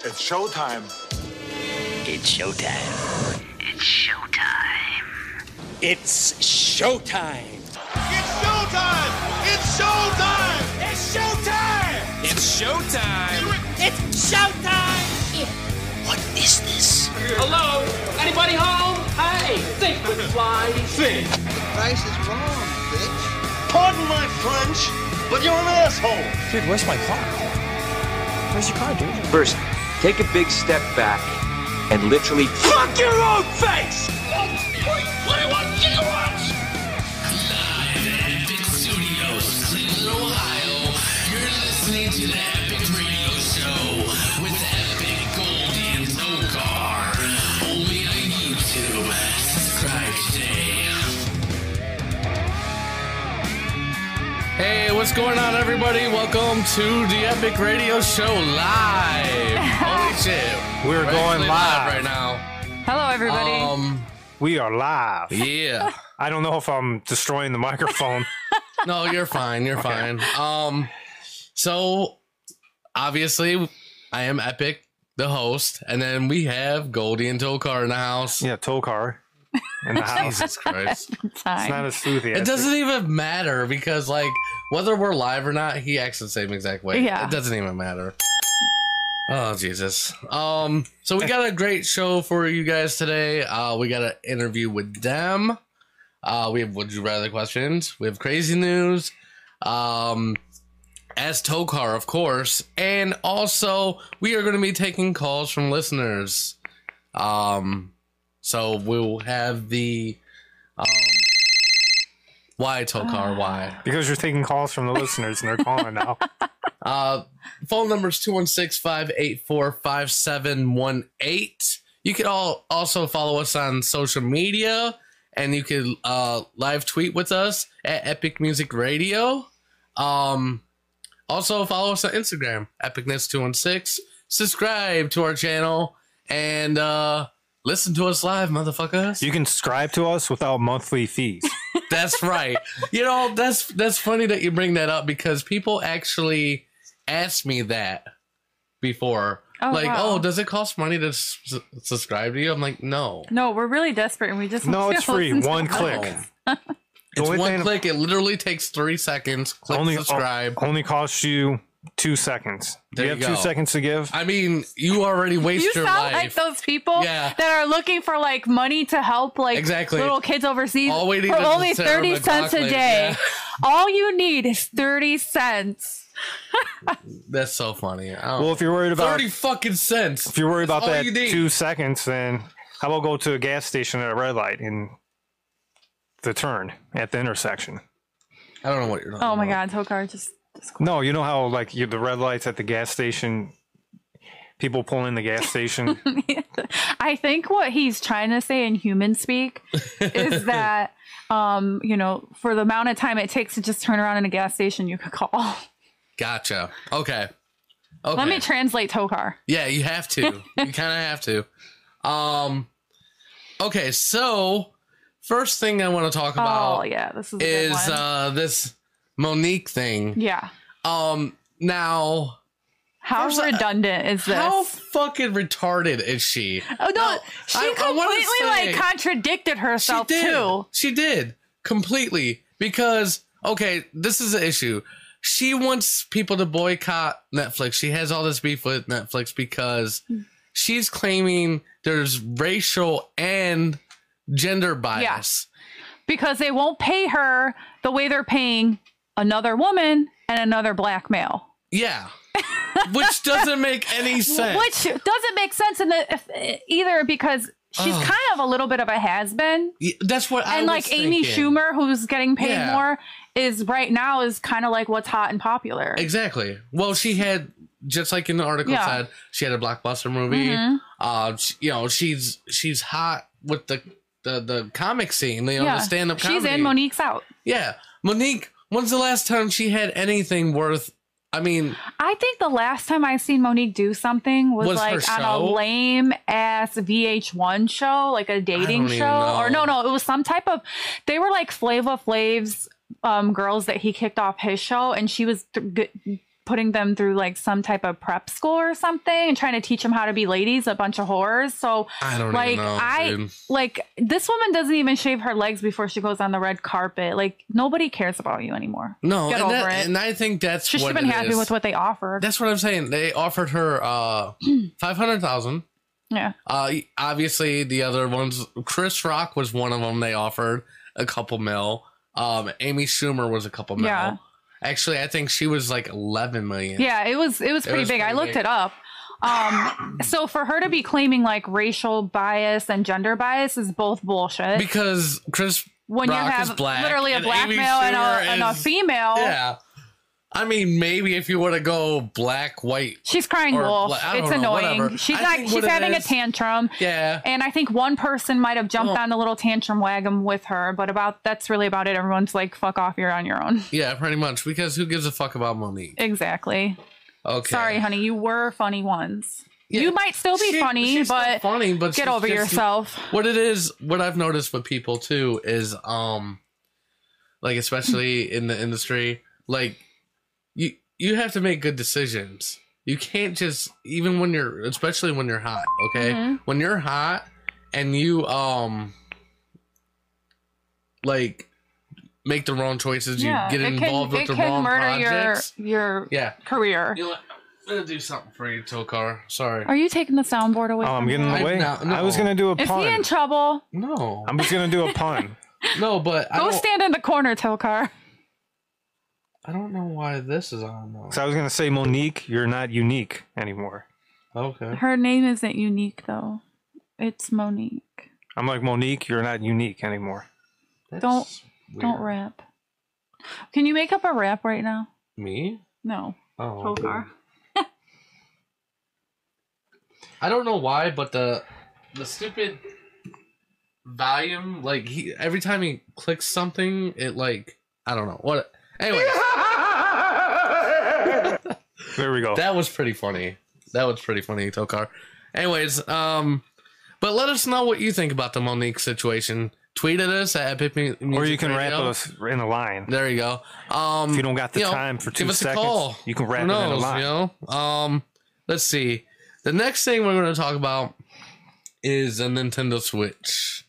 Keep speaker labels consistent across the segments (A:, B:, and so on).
A: showtime.
B: It's showtime.
C: It's showtime.
B: It's
D: It's
B: showtime.
D: showtime! It's showtime! It's showtime!
E: It's showtime.
F: It's showtime!
B: What is this?
G: Hello? Anybody home? Hey, think with fly.
D: Think.
H: Price is wrong, bitch.
D: Pardon my French, but you're an asshole.
I: Dude, where's my car? Where's your car, dude?
J: First, take a big step back and literally fuck your own face!
G: 1.21 gigawatts! Live at Epic Studios, Cleveland, Ohio. You're listening to the Epic Radio Show with Epic Goldie and Tokar. Only on YouTube. Subscribe today.
E: Hey, what's going on, everybody? Welcome to the Epic Radio Show live. Holy shit,
I: We're going
E: actually
I: live.
E: right now.
K: Hello, everybody.
E: Um,
I: We are live.
E: yeah.
I: I don't know if I'm destroying the microphone.
E: No, you're fine. You're fine. Um, so obviously, I am Epic, the host, and then we have Goldie and Tokar in the house.
I: yeah, tow car in the house.
E: Jesus Christ.
I: It's
K: Time.
I: not as smooth yet.
E: It doesn't even matter because, like, whether we're live or not, he acts the same exact way.
K: Yeah.
E: It doesn't even matter. Oh, Jesus. Um, so we got a great show for you guys today. Uh, we got an interview with them. Uh, we have Would You Rather questions. We have crazy news. Um, as Tokar, of course. And also, we are going to be taking calls from listeners. Um, so we'll have the. Um, why Tokar? Why?
I: Because you're taking calls from the listeners and they're calling now.
E: Uh, phone number is 216 584 5718. You can all also follow us on social media and you can uh, live tweet with us at Epic Music Radio. Um, also, follow us on Instagram, Epicness216. Subscribe to our channel and uh, listen to us live, motherfuckers.
I: You can subscribe to us without monthly fees.
E: That's right. You know, that's that's funny that you bring that up because people actually asked me that before.
K: Oh,
E: like,
K: wow.
E: oh, does it cost money to s- s- subscribe to you? I'm like, no.
K: No, we're really desperate and we just
I: No,
K: want
I: it's
K: to
I: free.
K: listen to
I: One
K: us.
I: click. The
E: It's
I: only
E: one
I: thing-
E: click. It literally takes three seconds. Click
I: Only oh.
E: subscribe.
I: only costs you two seconds.
E: There
I: you
E: you
I: have two
E: go.
I: seconds to give.
E: I mean, you already waste
K: You
E: your
K: sound like
E: life.
K: those people
E: Yeah.
K: that are looking for like money to help like
E: Exactly.
K: little kids overseas
E: All we need
K: for
E: is a
K: only
E: Sarah
K: thirty cents a
E: McLachlan,
K: day.
E: yeah.
K: All you need is thirty cents.
E: that's so funny. I don't-
I: well, if you're worried about
E: thirty fucking cents.
I: if you're worried about
E: all
I: that
E: you need.
I: two seconds, then how about go to a gas station at a red light and the turn at the intersection?
E: I don't know what you're.
K: Oh my god, Tokar just
I: No, you know how like you, the red lights at the gas station, people pull in the gas station.
K: I think what he's trying to say in human speak is that um, you know, for the amount of time it takes to just turn around in a gas station you could call.
E: Gotcha. Okay. Okay.
K: Let me translate Tokar.
E: Yeah, you have to. you kind of have to. Um Okay, so first thing I want to talk about
K: Oh yeah, this is a good
E: is
K: one.
E: uh this Monique thing.
K: yeah.
E: Um now
K: How uh,
E: There's a-
K: redundant is this?
E: how fucking retarded is she?
K: oh no,
E: Now,
K: she
E: I- I wanna
K: completely
E: say-
K: like contradicted herself
E: she did.
K: too.
E: She did completely because okay, this is the issue. She wants people to boycott Netflix. She has all this beef with Netflix because she's claiming there's racial and gender bias.
K: Because they won't pay her the way they're paying another woman and another black male.
E: Yeah. Which doesn't make any sense.
K: Which doesn't make sense in the if, either because she's
E: Ugh.
K: kind of a little bit of a has been.
E: Y- That's what I
K: And
E: was
K: like Amy
E: thinking.
K: Schumer, who's getting paid
E: Yeah.
K: more, is right now is kind of like what's hot and popular.
E: Exactly. Well, she had just like in the article
K: Yeah.
E: said, she had a blockbuster movie.
K: Mhm.
E: Uh, sh you know, she's she's hot with the the, the comic scene, you know, the stand up comedy.
K: She's in, Monique's out.
E: Yeah, Monique. When's the last time she had anything worth? I mean,
K: I think the last time I seen Monique do something was,
E: Was her
K: like on a
E: show?
K: lame ass VH1 show, like a dating
E: even
K: show, or
E: know.
K: no, no, it was some type of. They were like Flava Flav's um, girls that he kicked off his show, and she was th- g- putting them through like some type of prep school or something and trying to teach them how to be ladies, a bunch of whores. So
E: I don't even
K: like
E: know,
K: I
E: dude.
K: like this woman doesn't even shave her legs before she goes on the red carpet. Like nobody cares about you anymore.
E: No,
K: Get
E: and,
K: over
E: that,
K: it.
E: and I think that's
K: She should
E: what
K: have been
E: it
K: happy
E: is.
K: with what they offered.
E: That's what I'm saying. They offered her uh five hundred thousand.
K: yeah.
E: Uh, obviously the other ones. Chris Rock was one of them. They offered a couple mil. Um, Amy Schumer was a couple mil.
K: Yeah.
E: Actually, I think she was like eleven million.
K: Yeah, it was it was
E: It
K: pretty
E: was
K: big. I
E: pretty
K: looked
E: big.
K: it up. Um, so for her to be claiming like racial bias and gender bias is both bullshit.
E: Because Chris
K: when
E: Rock
K: you
E: is
K: have
E: black
K: literally a
E: and
K: black
E: Amy
K: male and
E: Schumer
K: a, and a
E: is-
K: female,
E: yeah. I mean, maybe if you want to go black, white,
K: she's crying
E: Or
K: wolf.
E: bla- I don't
K: it's
E: know,
K: annoying.
E: whatever.
K: She's
E: I
K: not.
E: think
K: She's
E: what it
K: having
E: is-
K: a tantrum.
E: yeah.
K: And I think one person might have jumped
E: Oh.
K: on the little tantrum wagon with her, but about that's really about it. Everyone's like, "Fuck off, you're on your own."
E: Yeah, pretty much. Because who gives a fuck about Monique?
K: Exactly.
E: Okay.
K: Sorry, honey, you were funny once.
E: Yeah.
K: You might still be
E: She-
K: funny,
E: she's still
K: but
E: funny, but
K: get
E: she's
K: over
E: just-
K: yourself.
E: What it is, what I've noticed with people too is, um, like especially in the industry, like you you have to make good decisions. You can't just even when you're, especially when you're hot. Okay,
K: Mhm.
E: when you're hot and you um, like make the wrong choices,
K: yeah,
E: you get
K: it
E: involved
K: can,
E: with
K: it
E: the
K: can
E: wrong
K: murder
E: projects.
K: your your
E: Yeah,
K: career.
E: you know what? I'm gonna do something for you, Tokar. Sorry.
K: Are you taking the soundboard away?
I: Oh, I'm
K: from
I: getting
K: him?
E: I-
I: away.
E: no, no.
I: I was gonna do a
K: Is
I: pun.
K: he in trouble?
E: no,
I: I'm just gonna do a pun.
E: no, but I
K: Go
E: don't-
K: stand in the corner, Tokar.
E: I don't know why this is on though.
I: so I was gonna say, Monique, you're not unique anymore.
E: Okay.
K: Her name isn't unique though. It's Monique.
I: I'm like Monique, you're not unique anymore.
K: Don't- Don't rap. Can you make up a rap right now?
E: me.
K: No.
E: Oh.
K: Tokar.
E: I don't know why, but the the stupid volume, like he every time he clicks something, it like I don't know what. Anyway,
I: There we go.
E: that was pretty funny. That was pretty funny, Tokar. Anyways, um, but let us know what you think about the Monique situation. Tweet at us at Epic Mu- Music
I: or you can wrap
E: Radio.
I: us in a line.
E: There you go. Um,
I: If you don't got the
E: you know,
I: time for two
E: give us a
I: seconds,
E: call.
I: you can
E: Who
I: wrap it in a
E: knows,
I: line.
E: You know? Um, let's see. The next thing we're going to talk about is a Nintendo Switch.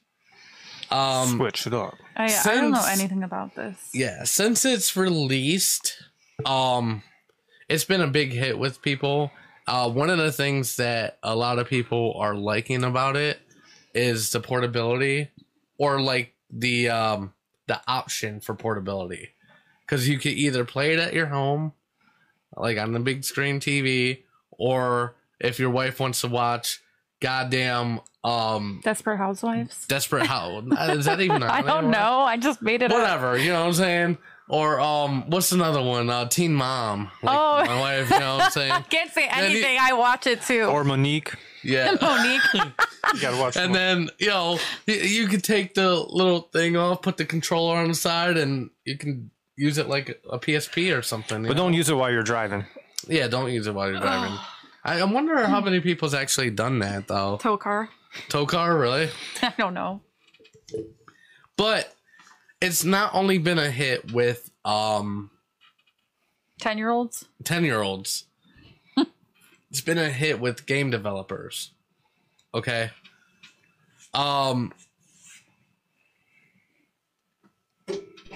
E: Um,
I: Switch it up.
K: I, I don't know
E: Since-
K: anything about this.
E: yeah, since it's released, um, it's been a big hit with people. Uh, one of the things that a lot of people are liking about it is the portability, or like the um the option for portability, because you can either play it at your home, like on the big screen TV, or if your wife wants to watch, goddamn, um,
K: Desperate Housewives.
E: Desperate How is that even? on
K: I don't
E: anymore?
K: know. I just made it up.
E: whatever, you know what I'm saying? Or um, what's another one? Uh, Teen Mom. Like
K: Oh.
E: my wife, you know what I'm
K: I
E: saying?
K: can't say
E: Then you-
K: anything. I watch it too.
I: Or Monique,
E: Yeah.
K: Monique.
I: you gotta watch.
E: And then you know you, you could take the little thing off, put the controller on the side, and you can use it like a PSP or something. you
I: but
E: know?
I: don't use it while you're driving.
E: yeah, don't use it while you're driving. I, I wonder how many people's actually done that though.
K: Tokar.
E: Tokar, really?
K: I don't know.
E: But it's not only been a hit with um
K: Ten year olds.
E: 10 year olds. it's been a hit with game developers. Okay. Um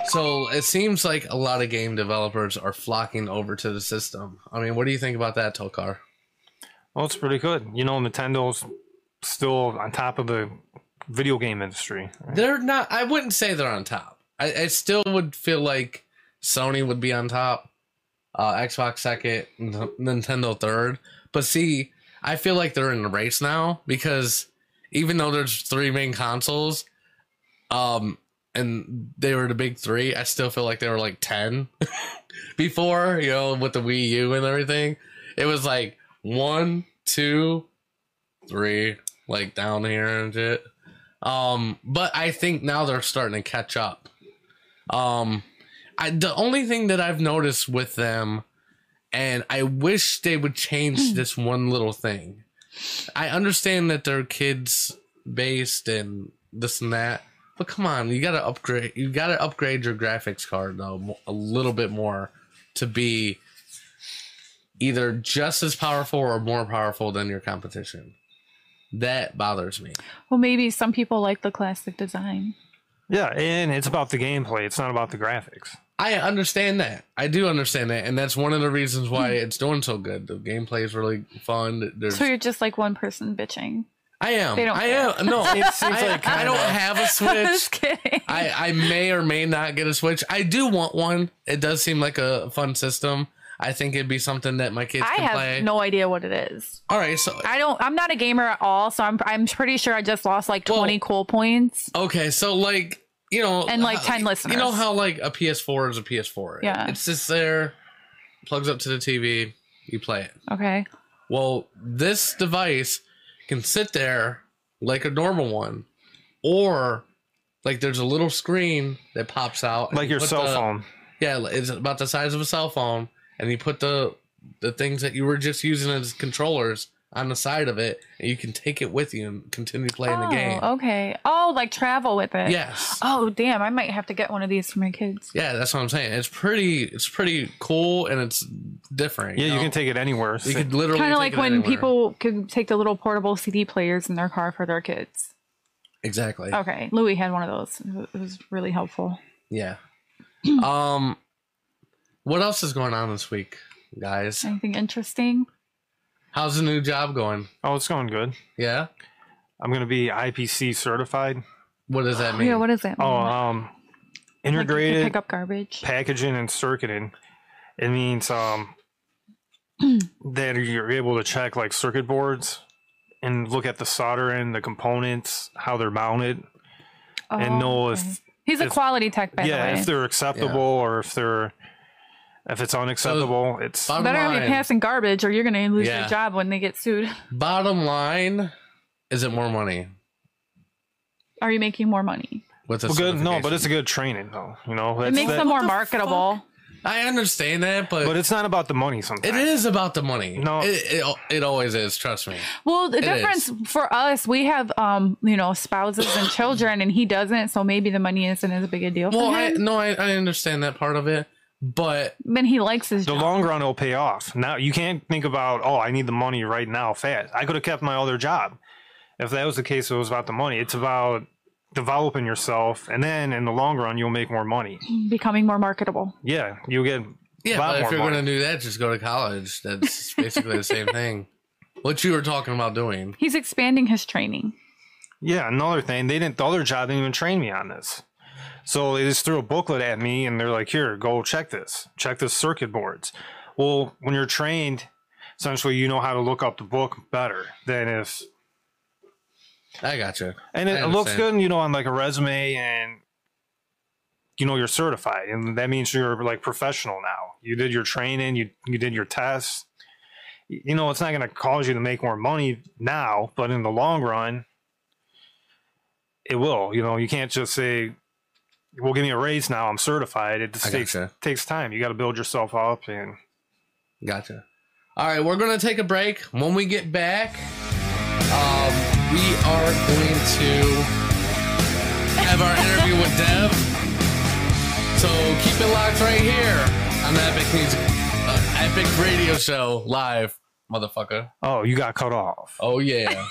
E: So it seems like a lot of game developers are flocking over to the system. I mean, what do you think about that, Tokar?
I: Well, it's pretty good. You know, Nintendo's still on top of the video game industry.
E: They're not I wouldn't say they're on top. I, I still would feel like Sony would be on top, uh Xbox second, N- Nintendo third. But see, I feel like they're in the race now because even though there's three main consoles, um, and they were the big three, I still feel like they were like ten before, you know, with the Wii U and everything. It was like one, two, three, like down here and shit. Um, but I think now they're starting to catch up. Um, I, the only thing that I've noticed with them, and I wish they would change this one little thing. I understand that they're kids based and this and that, but come on, you gotta upgrade. You gotta upgrade your graphics card though mo- a little bit more to be either just as powerful or more powerful than your competition. That bothers me.
K: Well, maybe some people like the classic design.
I: Yeah, and it's about the gameplay. It's not about the graphics.
E: I understand that. I do understand that, and that's one of the reasons why it's doing so good. The gameplay is really fun. There's,
K: Hmm. So you're just like one person bitching.
E: I am.
K: they don't
E: I
K: care.
E: am. No, it seems
I: seems
E: I,
I: like
E: I don't
I: kinda-
E: have a
K: I'm
E: Switch.
K: just kidding.
E: I, I may or may not get a Switch. I do want one. It does seem like a fun system. I think it'd be something that my kids
K: I
E: can
K: have
E: play.
K: no idea what it is.
E: All right, so
K: I don't. I'm not a gamer at all, so I'm. I'm pretty sure I just lost like
E: Well-
K: 20 cool points.
E: okay, so like you know,
K: And, like,
E: how-
K: 10
E: You know
K: listeners.
E: how like a PS4 is a PS4.
K: Yeah.
E: it's just there, plugs up to the TV, you play it.
K: Okay.
E: Well, this device can sit there like a normal one, or like there's a little screen that pops out, and
I: Like
E: you
I: your
E: put
I: cell
E: the-
I: phone.
E: Yeah, li- it's about the size of a cell phone, and you put the the things that you were just using as controllers on the side of it, and you can take it with you and continue playing
K: oh,
E: the game.
K: okay. Oh, like travel with it.
E: Yes.
K: Oh, damn! I might have to get one of these for my kids.
E: Yeah, that's what I'm saying. It's pretty. It's pretty cool, and it's different.
I: Yeah, you
E: know?
I: can take it anywhere.
E: You could literally
K: Kind of
E: take
K: like
E: it
K: when
E: anywhere.
K: people could take the little portable CD players in their car for their kids.
E: exactly.
K: Okay, Louis had one of those. It wa- It was really helpful.
E: Yeah. um, what else is going on this week, guys?
K: Anything interesting?
E: How's the new job going?
I: oh, it's going good.
E: Yeah.
I: I'm gonna be IPC certified.
K: Mm-hmm.
E: What does that mean?
K: Yeah. What does that mean?
I: Oh, um,
K: Like, you can
I: integrated
K: pick up garbage.
I: packaging and circuiting. It means um that you're able to check like circuit boards and look at the soldering, the components, how they're mounted,
K: Oh,
I: and know
K: okay.
I: if
K: He's a
I: if-
K: quality tech, by
I: yeah if
K: the way.
I: they're acceptable or if they're if it's unacceptable. it's
E: Bottom
K: Better
E: line,
K: be passing garbage, or you're gonna lose
E: Yeah.
K: your job when they get sued.
E: bottom line, is it more money?
K: Are you making more money?
E: With a
I: well, good. No, but
E: certification?
I: it's a good training though. You know,
K: It
I: that's
K: makes
I: that-
K: them more marketable.
E: I understand that, but,
I: But it's not about the money. Sometimes
E: it is about the money.
I: No.
E: it, it, it always is. Trust me.
K: Well, the
E: It
K: difference for us, we have um, you know, spouses and children, and he doesn't, so maybe the money isn't as big a deal
E: Well,
K: for
E: I,
K: him.
E: no, I, I understand that part of it, but
K: But he likes his
I: the
K: job.
I: long run it'll pay off. Now you can't think about oh I need the money right now fast. I could have kept my other job. If that was the case, it was about the money. It's about developing yourself, and then in the long run you'll make more money.
K: becoming more marketable.
I: Yeah, you'll get
E: yeah,
I: lot
E: but if
I: more
E: you're
I: money.
E: going to do that, just go to college. That's basically the same thing. What you were talking about doing.
K: He's expanding his training.
I: Yeah, another thing, they didn't. The other job didn't even train me on this, so they just threw a booklet at me, and they're like, "Here, go check this. Check the circuit boards." Well, when you're trained, essentially, you know how to look up the book better than if,
E: I got you.
I: and it,
E: I
I: it looks
E: understand.
I: good, you know, on like a resume, and you know you're certified, and that means you're like professional now. You did your training, you you did your tests. Y- You know, it's not going to cause you to make more money now, but in the long run, it will. You know, you can't just say, "Well, give me a raise now. I'm certified." It just
E: I
I: takes
E: gotcha.
I: takes time. You got to build yourself up, and
E: Gotcha. All right, we're going to take a break. When we get back, um, we are going to have our interview with Dev. So keep it locked right here on the Epic Music, uh, Epic Radio Show live, motherfucker.
I: oh, you got cut off.
E: Oh yeah.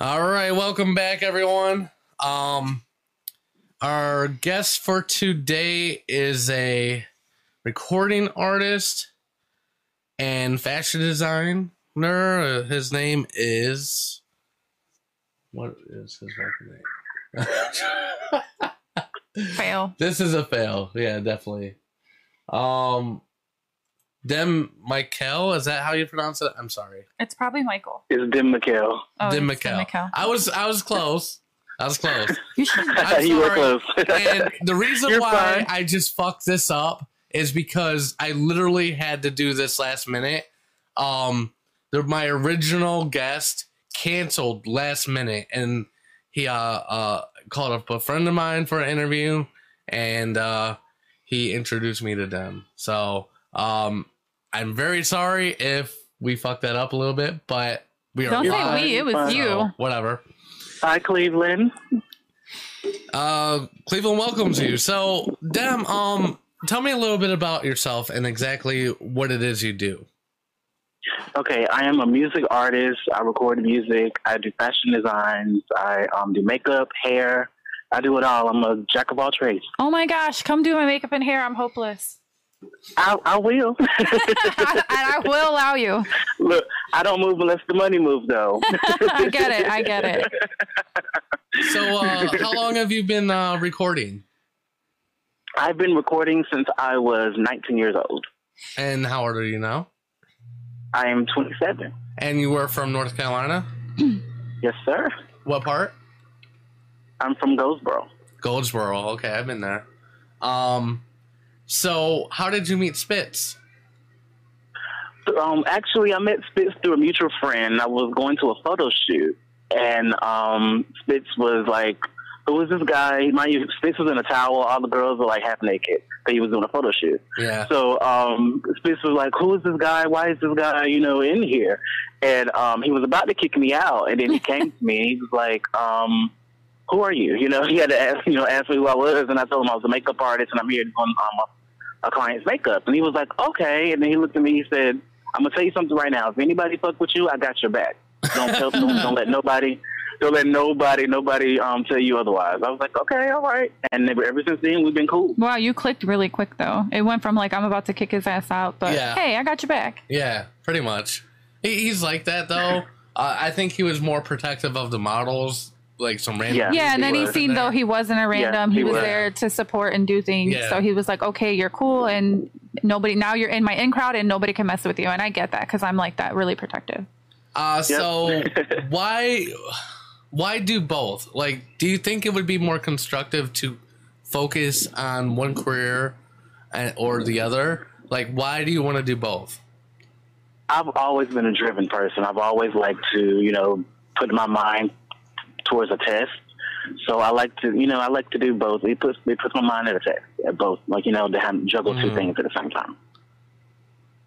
E: All right, welcome back, everyone. Um, our guest for today is a recording artist and fashion designer. His name is. What is his real name?
K: fail.
E: This is a fail. Yeah, definitely. Um, Dem Michael, is that how you pronounce it? I'm sorry.
K: It's probably Michael.
L: It's Dim McHale.
K: Oh,
E: Dim
K: it's Tim
E: Michael.
K: McHale.
E: I was I was close. I was close.
K: You should.
E: I'm
L: you were
E: sorry.
L: close.
E: and the reason
L: You're
E: why
L: fine.
E: I just fucked this up is because I literally had to do this last minute. Um, the, my original guest canceled last minute, and he uh uh called up a friend of mine for an interview, and uh, he introduced me to them. So um, I'm very sorry if we fucked that up a little bit, but we are
K: Don't
E: live,
K: say we. It was
E: so
K: you.
E: Whatever.
L: Hi, Cleveland.
E: Uh, Cleveland welcomes you. So, Dem, um, tell me a little bit about yourself and exactly what it is you do.
L: Okay, I am a music artist. I record music. I do fashion designs. I um, do makeup, hair. I do it all. I'm a jack of all trades.
K: Oh my gosh! Come do my makeup and hair. I'm hopeless,
L: I, I will.
K: and I will allow you.
L: Look, I don't move unless the money moves, though.
K: I get it. I get it.
E: So, uh, how long have you been uh, recording,
L: I've been recording since I was 19 years old.
E: and how old are you now?
L: I am 27.
E: And you were from North Carolina.
L: Yes, sir.
E: What part?
L: I'm from Goldsboro.
E: Goldsboro. Okay, I've been there. Um, so how did you meet Spitz?
L: Um, actually, I met Spitz through a mutual friend. I was going to a photo shoot, and um, Spitz was like, "Who is this guy?" Mind you, Spitz was in a towel. All the girls were like half naked. That he was doing a photo shoot.
E: Yeah.
L: So um, Spitz was like, "Who is this guy? Why is this guy, you know, in here?" And um, he was about to kick me out, and then he came to me. and He was like, um, "Who are you?" You know, he had to ask, you know, ask me who I was, and I told him I was a makeup artist, and I'm here doing um, a client's makeup. And he was like, "Okay," and then he looked at me. He said, "I'm gonna tell you something right now. If anybody fuck with you, I got your back. Don't tell, don't, don't let nobody." Don't let nobody, nobody um, tell you otherwise. I was like, okay, all right. And ever ever since then, we've been cool.
K: Wow, you clicked really quick though. It went from like I'm about to kick his ass out, but
E: Yeah.
K: hey, I got your back.
E: Yeah, pretty much. He, he's like that though. Uh, I think he was more protective of the models, like some random.
L: Yeah.
K: Yeah, and then he
E: was.
K: seen though he wasn't a random.
L: he
K: he was
L: was.
K: there to support and do things.
E: Yeah.
K: So he was like, okay, you're cool, and nobody now you're in my in crowd, and nobody can mess with you. And I get that because I'm like that, really protective.
E: Uh,
L: Yep.
E: so why why do both? Like, do you think it would be more constructive to focus on one career and, or the other? Like, why do you want to do both?
L: I've always been a driven person. I've always liked to, you know, put my mind towards a test. So I like to, you know, I like to do both. It puts it puts my mind at a test at both, like you know, to have, juggle two things at the same time.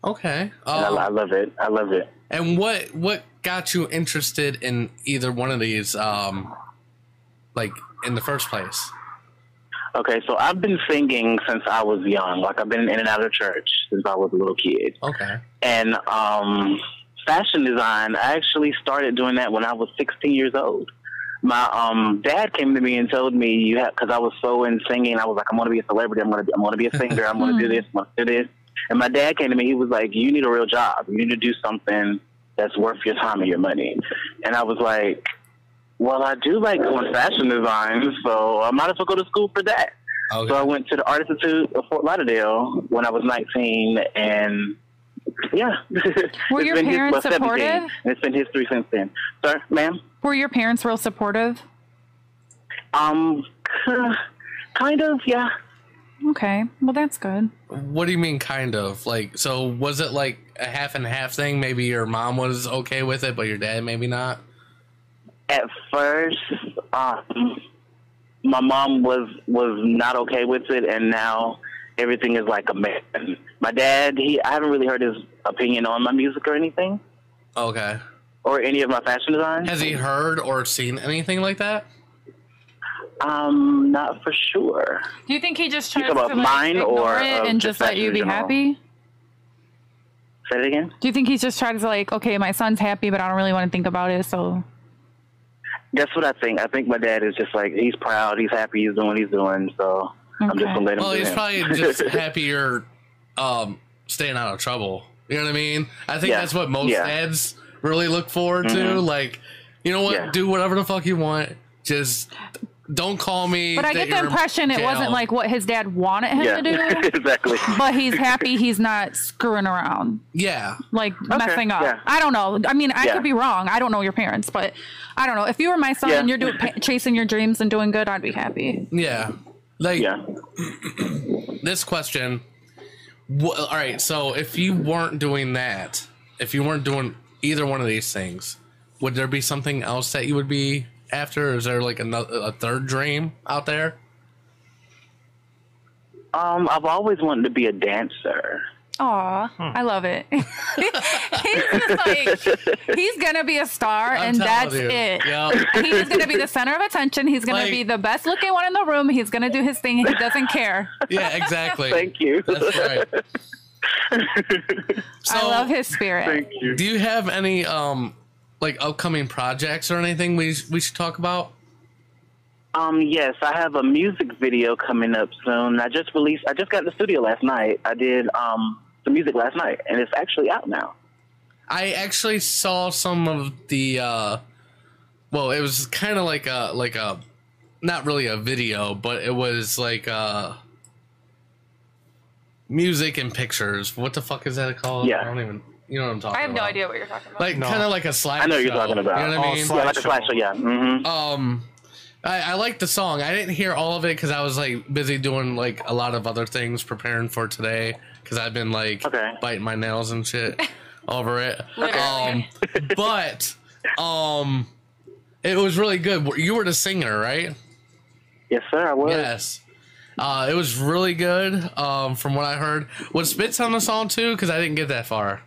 E: Okay.
L: And I,
E: Um,
L: I love it. I love it.
E: and what what got you interested in either one of these? Um, like in the first place.
L: Okay, so I've been singing since I was young. Like I've been in and out of church since I was a little kid.
E: Okay.
L: and um, fashion design. I actually started doing that when I was 16 years old. My um, dad came to me and told me you have because I was so in singing. I was like, I'm going to be a celebrity. I'm going to be. I'm going to be a singer. I'm
K: Hmm.
L: going to do this. I'm going to do this. And my dad came to me. He was like, You need a real job. You need to do something that's worth your time and your money. And I was like, Well, I do like doing fashion design, so I might as well go to school for that.
E: Okay.
L: So I went to the Art Institute of Fort Lauderdale when I was 19, and yeah.
K: Were
L: It's
K: your
L: been his-
K: parents
L: well, 17,
K: supportive?
L: and it's been history since then. Sir, ma'am?
K: Were your parents real supportive?
L: Um, kind of, yeah.
K: Okay, well that's good.
E: What do you mean, kind of? Like, so was it like a half and half thing? Maybe your mom was okay with it, but your dad maybe not.
L: At first, um, my mom was, was not okay with it, and now everything is like a man. My dad, he, I haven't really heard his opinion on my music or anything,
E: Okay.
L: or any of my fashion design.
E: Has he heard or seen anything like that?
L: Um, not for sure.
K: Do you think he just
L: You
K: tries to
L: talking
K: like,
L: about mine
K: ignore
L: or,
K: it
L: uh,
K: and
L: just
K: just let you
L: fashion
K: be
L: in general?
K: happy?
L: Say it again.
K: Do you think he's just trying to like, okay, my son's happy, but I don't really want to think about it, so
A: That's what I think. I think my dad is just like he's proud, he's happy, he's doing what he's doing. So I'm just gonna let him.
E: Well,
A: do
E: he's
A: him.
E: probably just happier um, staying out of trouble. You know what I mean? I think
A: Yeah.
E: that's what most
A: Yeah.
E: dads really look forward to.
A: Mhm.
E: Like, you know what?
A: Yeah.
E: Do whatever the fuck you want. Just don't call me.
K: But I
E: that
K: get the
E: you're in
K: impression it
E: jail.
K: wasn't like what his dad wanted him
E: Yeah.
K: to do.
A: exactly.
K: But he's happy he's not screwing around,
E: Yeah.
K: like messing up.
E: yeah.
K: I don't know. I mean, I
E: Yeah.
K: could be wrong. I don't know your parents, but I don't know. If you were my son
E: Yeah.
K: and you're doing pa- chasing your dreams and doing good, I'd be happy.
E: Yeah. Like this question. wh- all right, so if you weren't doing that, if you weren't doing either one of these things, would there be something else that you would be after? Or is there like another a third dream out there?
A: Um, I've always wanted to be a dancer.
K: Aw, I love it. he's just like he's gonna be a star, and
A: telling
K: that's
A: you.
K: it.
A: Yep.
K: He's gonna be the center of attention. He's gonna
E: Like-
K: be the best looking one in the room. He's gonna do his thing. He doesn't care.
E: Yeah, exactly.
A: Thank you.
E: That's right.
K: I love his spirit.
E: Do you have any um like upcoming projects or anything we we should talk about?
A: Um, yes, I have a music video coming up soon. I just released. I just got in the studio last night. I did um the music last night, and it's actually out now.
E: I actually saw some of the uh well, it was kind of like a like a not really a video, but it was like uh music and pictures. What the fuck is that called?
A: Yeah.
E: I don't even you know what I'm talking
K: I have no
E: about.
K: idea what you're talking about.
E: Like kind of like a slideshow.
A: I know you're talking about.
E: You know what I
A: Oh,
E: mean?
A: Yeah, like a slideshow. slideshow, yeah. Mhm.
E: Um I, I like the song. I didn't hear all of it because I was like busy doing like a lot of other things preparing for today because I've been like biting my nails and shit over it. Um, but um, it was really good. You were the singer, right?
A: Yes, sir. I was.
E: Yes. Uh, it was really good um, from what I heard. Was Spitz on the song too? Because I didn't get that far.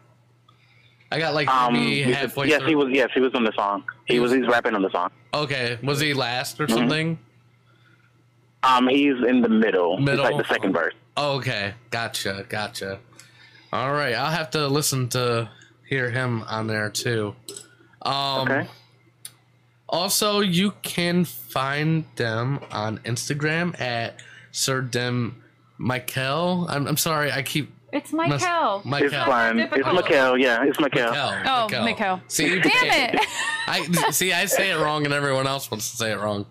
E: I got like
A: Um,
E: maybe
A: we-
E: halfway
A: yes,
E: through.
A: he was. Yes, he was on the song. He was. He's rapping on the song.
E: Okay, was he last or
A: Mm-hmm.
E: something?
A: Um, he's in the middle.
E: Middle.
A: It's like the second verse.
E: Okay, gotcha, gotcha. All right, I'll have to listen to hear him on there too. Um,
A: Okay.
E: Also, you can find them on Instagram at Sir Dem Michael. I'm, I'm sorry, I keep.
K: It's
E: mess-
K: Michael.
E: Michael.
A: It's fine. It's Mikel. Yeah, it's Mikel.
K: Oh, Mikel.
E: See, you
K: Damn
E: can't-
K: it.
E: I see. I say it wrong, and everyone else wants to say it wrong.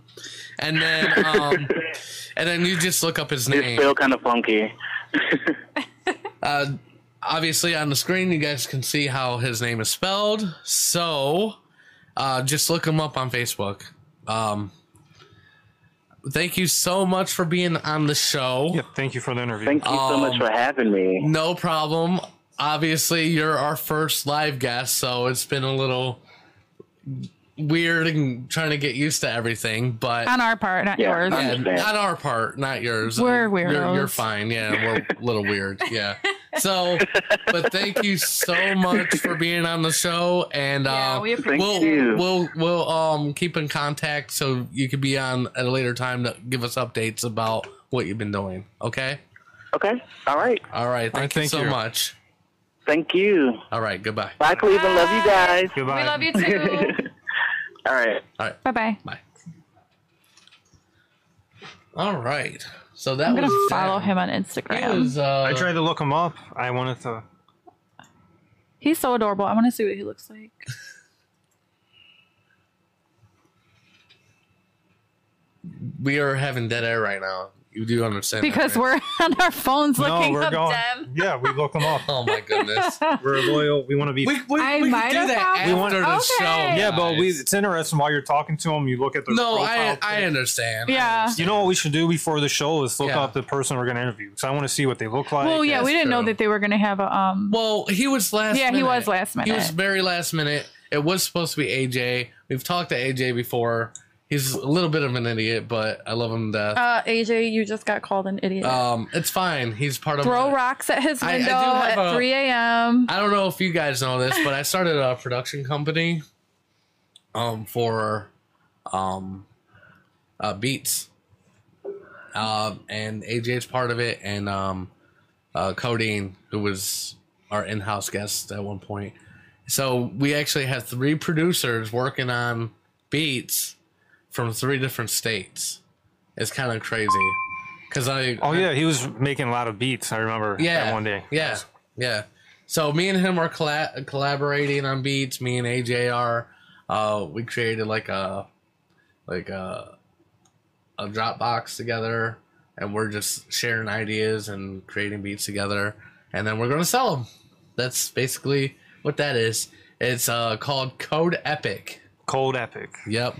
E: And then, um, and then you just look up his name.
A: It's still kind of funky.
E: uh, obviously, on the screen, you guys can see how his name is spelled. So, uh, just look him up on Facebook. Um, thank you so much for being on the show. Yeah,
I: thank you for the interview.
A: Thank you so
E: Um,
A: much for having me.
E: No problem. Obviously, you're our first live guest, so it's been a little weird and trying to get used to everything. But
K: On our part, not
E: Yeah,
K: yours.
E: I understand. on our part, not yours.
K: We're
E: You're- You're,
K: weirdos.
E: fine. Yeah, we're a little weird. Yeah. So, but thank you so much for being on the show, and uh,
K: we appreciate
E: will
K: it.
E: we'll we'll um keep in contact so you could be on at a later time to give us updates about what you've been doing. Okay.
A: Okay. All right.
E: All right. Thank,
A: All right,
E: you
A: thank
E: so
A: you.
E: much.
A: Thank you.
E: All right. Goodbye.
A: Bye, Cleveland. Love you guys.
E: Goodbye. We love you
K: too.
A: All right.
E: All right.
K: Bye bye.
E: All right. So that
K: I'm gonna
E: was
K: follow
E: that. uh,
K: him on Instagram.
I: I tried to look him up. I wanted to.
K: He's so adorable. I want to see what he looks like.
E: We are having dead air right now. You do understand that,
K: because
E: right?
K: we're on our phones
E: No,
K: looking
E: we're
K: up
E: going-
K: Dem.
I: Yeah, we looked him up.
E: Oh my goodness.
I: We're loyal. We want to be.
K: I might have found-
I: We want
K: okay.
I: Yeah, but we, it's interesting while you're talking to them, you look at their
E: No, I
I: profile
E: I understand.
K: Yeah.
I: You know what we should do before the show is look
E: Yeah.
I: up the person we're going to interview because I want to see what they look like.
K: Well, yeah, we didn't know that they were gonna have a um.
E: Well, he was last.
K: Yeah, he
E: minute.
K: was last
E: He was
K: minute.
E: very last minute. It was supposed to be AJ. We've talked to AJ before. He's a little bit of an idiot, but I love him to death.
K: Uh, AJ, you just got called an idiot.
E: um, it's fine. He's part of.
K: Oh, Throw
E: the-
K: rocks at his
E: I- I do
K: window
E: have
K: at
E: a-
K: 3 a.m.
E: I don't know if you guys know this, but I started a production company, um, for, um, uh, beats. Um, and AJ's part of it, and um, uh, Codeine, who was our in-house guest at one point. So we actually have three producers working on beats from three different states. It's kind of crazy. Cause I
I: Oh yeah, he was making a lot of beats. I remember.
E: yeah
I: that one day.
E: yeah yeah. So me and him are colla- collaborating on beats. Me and AJ are. Uh, we created like a like a a Dropbox together, and we're just sharing ideas and creating beats together, and then we're gonna sell them. That's basically what that is. It's uh, called Code Epic.
I: Cold epic.
E: Yep.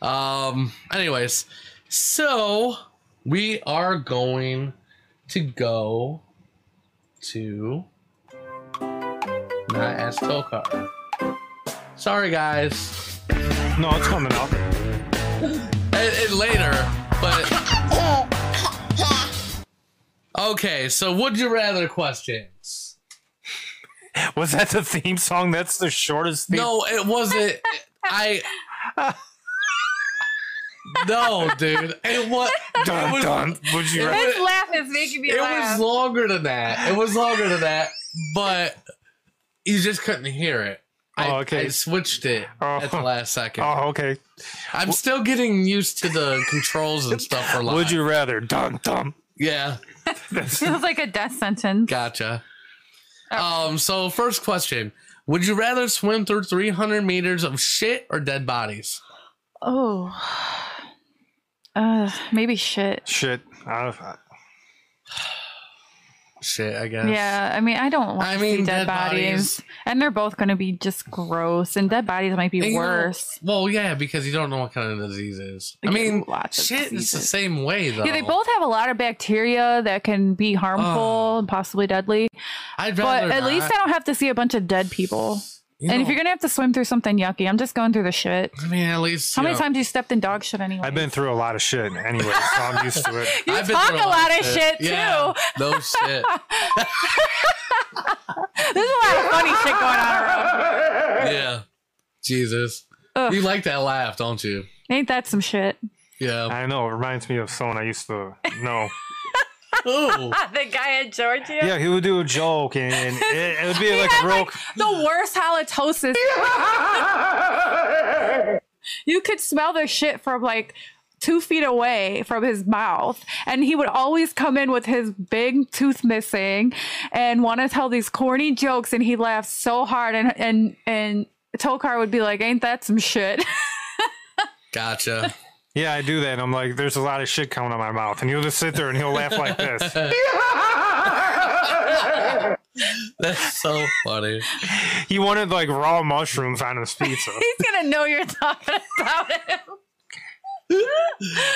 E: Um. Anyways, so we are going to go to not as Tokar. Sorry, guys.
I: No, it's coming up.
E: And, and later, but. Okay, so would you rather questions?
I: Was that the theme song? That's the shortest theme.
E: No, it wasn't. I. No, dude. It was.
I: Dun,
E: it was-
I: dun. Would you
E: it
I: rather?
E: was-
K: His laugh is making me
E: it
K: laugh.
E: was longer than that. It was longer than that, but you just couldn't hear it. I,
I: Oh, okay.
E: I switched it at the last second.
I: Oh, okay.
E: I'm still getting used to the controls and stuff for live.
I: Would you rather? Dun dun.
E: Yeah,
K: it was like a death sentence.
E: gotcha.
K: Oh.
E: Um, so first question: Would you rather swim through 300 meters of shit or dead bodies?
K: Oh. Uh, maybe shit.
I: Shit. I don't, I-
E: Shit, I guess.
K: Yeah, I mean, I don't want
E: I
K: to
E: mean,
K: see dead,
E: dead
K: bodies.
E: bodies.
K: and they're both going to be just gross. And dead bodies might be
E: And you know-
K: worse.
E: well, yeah, because you don't know what kind of disease it is. I
K: Yeah,
E: mean,
K: lots of
E: shit, it's the
K: diseases.
E: same way though.
K: Yeah, they both have a lot of bacteria that can be harmful and possibly deadly.
E: I'd
K: But
E: Oh. rather
K: at least I
E: not.
K: don't have to see a bunch of dead people.
E: You
K: and if
E: know-
K: you're gonna have to swim through something yucky, I'm just going through the shit.
E: I mean, at least
K: How
E: you
K: many
E: know-
K: times you stepped in dog shit anyway?
I: I've been through a lot of shit anyway, so I'm used to it.
K: you
E: I've been
K: talk
E: through
K: a lot of shit,
E: Yeah,
K: too.
E: No shit.
K: There's a lot of funny shit going on around.
E: yeah. Jesus.
K: Ugh.
E: You like that laugh, don't you?
K: Ain't that some shit?
E: Yeah.
I: I know. It reminds me of someone I used to know.
E: Ooh.
K: the guy in Georgia.
I: Yeah, he would do a joke, and it, it would be like
K: had,
I: a real.
K: like, the worst halitosis. you could smell the shit from like two feet away from his mouth. And he would always come in with his big tooth missing and want to tell these corny jokes. And he laughed so hard. And, and, and Tokar would be like, Ain't that some shit?
E: Gotcha.
I: yeah, I do that. And I'm like, there's a lot of shit coming out of my mouth, and he'll just sit there and he'll laugh like this.
E: That's so funny.
I: He wanted like raw mushrooms on his pizza.
K: He's going to know you're talking about him.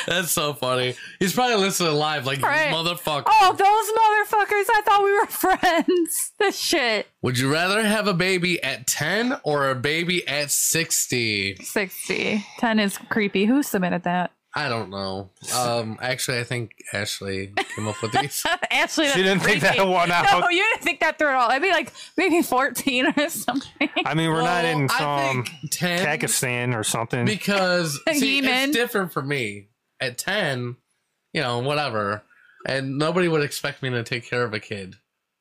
E: That's so funny. He's probably listening live like
K: Right.
E: motherfucker.
K: Oh, those motherfuckers. I thought we were friends. The shit.
E: Would you rather have a baby at 10 or a baby at 60?
K: 60. 10 is creepy. Who submitted that?
E: I don't know. Um actually I think Ashley came up with these.
K: Ashley,
I: She didn't think that one
K: No,
I: out.
K: you didn't think that through at all. I'd be like maybe 14 or something.
I: I mean, we're not
E: Well,
I: in
E: I
I: some
E: think 10
I: Pakistan or something.
E: because see,
K: Yemen.
E: it's different for me. At 10, you know, whatever. And nobody would expect me to take care of a kid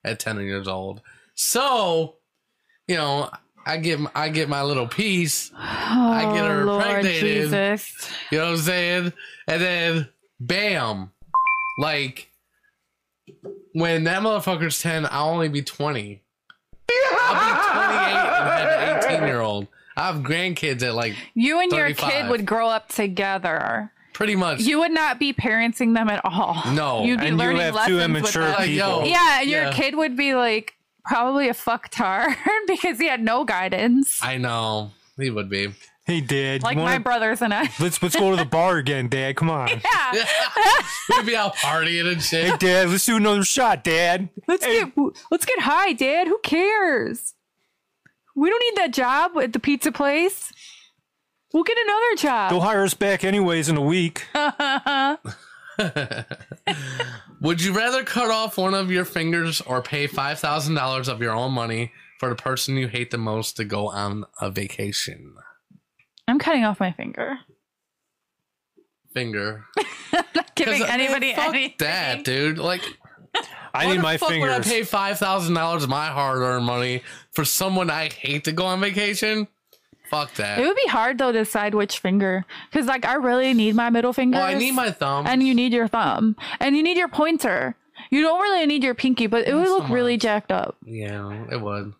E: at 10 years old. So, you know, I get I get my little piece. I get her
K: oh, Lord
E: impregnated.
K: Jesus.
E: You know what I'm saying? And then, bam, like when that motherfucker's 10, I'll only be 20. I'll be 28 and have an 18 year old. I have grandkids at like
K: You and your
E: 35.
K: kid would grow up together.
E: pretty much
K: You would not be parenting them at all.
E: No.
K: You'd be
I: and you
K: learning
I: have
K: lessons
I: two
K: with
I: immature
K: them.
E: Like, yo.
I: people.
K: Yeah, and your
E: Yeah.
K: kid would be like probably a fucktard because he had no guidance.
E: I know. He would be.
I: Hey, Dad,
K: like
I: you wanna,
K: my brothers and I.
I: let's let's go to the bar again, Dad. Come on.
K: Yeah.
E: We'd be out partying and
I: Hey,
E: shit.
I: Dad, let's do another shot, Dad.
K: Let's
I: Hey,
K: get let's get high, Dad. Who cares? We don't need that job at the pizza place. We'll get another job.
I: They'll hire us back anyways in a week.
E: Would you rather cut off one of your fingers or pay five thousand dollars of your own money for the person you hate the most to go on a vacation?
K: I'm cutting off my finger.
E: Finger.
K: Not
E: 'Cause,
K: giving
E: I mean,
K: anybody
E: fuck
K: anything.
E: that, dude. Like, why
I: I need
E: the
I: my
E: fuck Would I
I: fingers.
E: pay five thousand dollars of my hard-earned money for someone I hate to go on vacation? Fuck that.
K: It would be hard though to decide which finger, because like I really need my middle finger.
E: Well, Oh, I need my thumb.
K: and you need your thumb, and you need your pointer. You don't really need your pinky, but it would look really jacked up.
E: yeah, it would.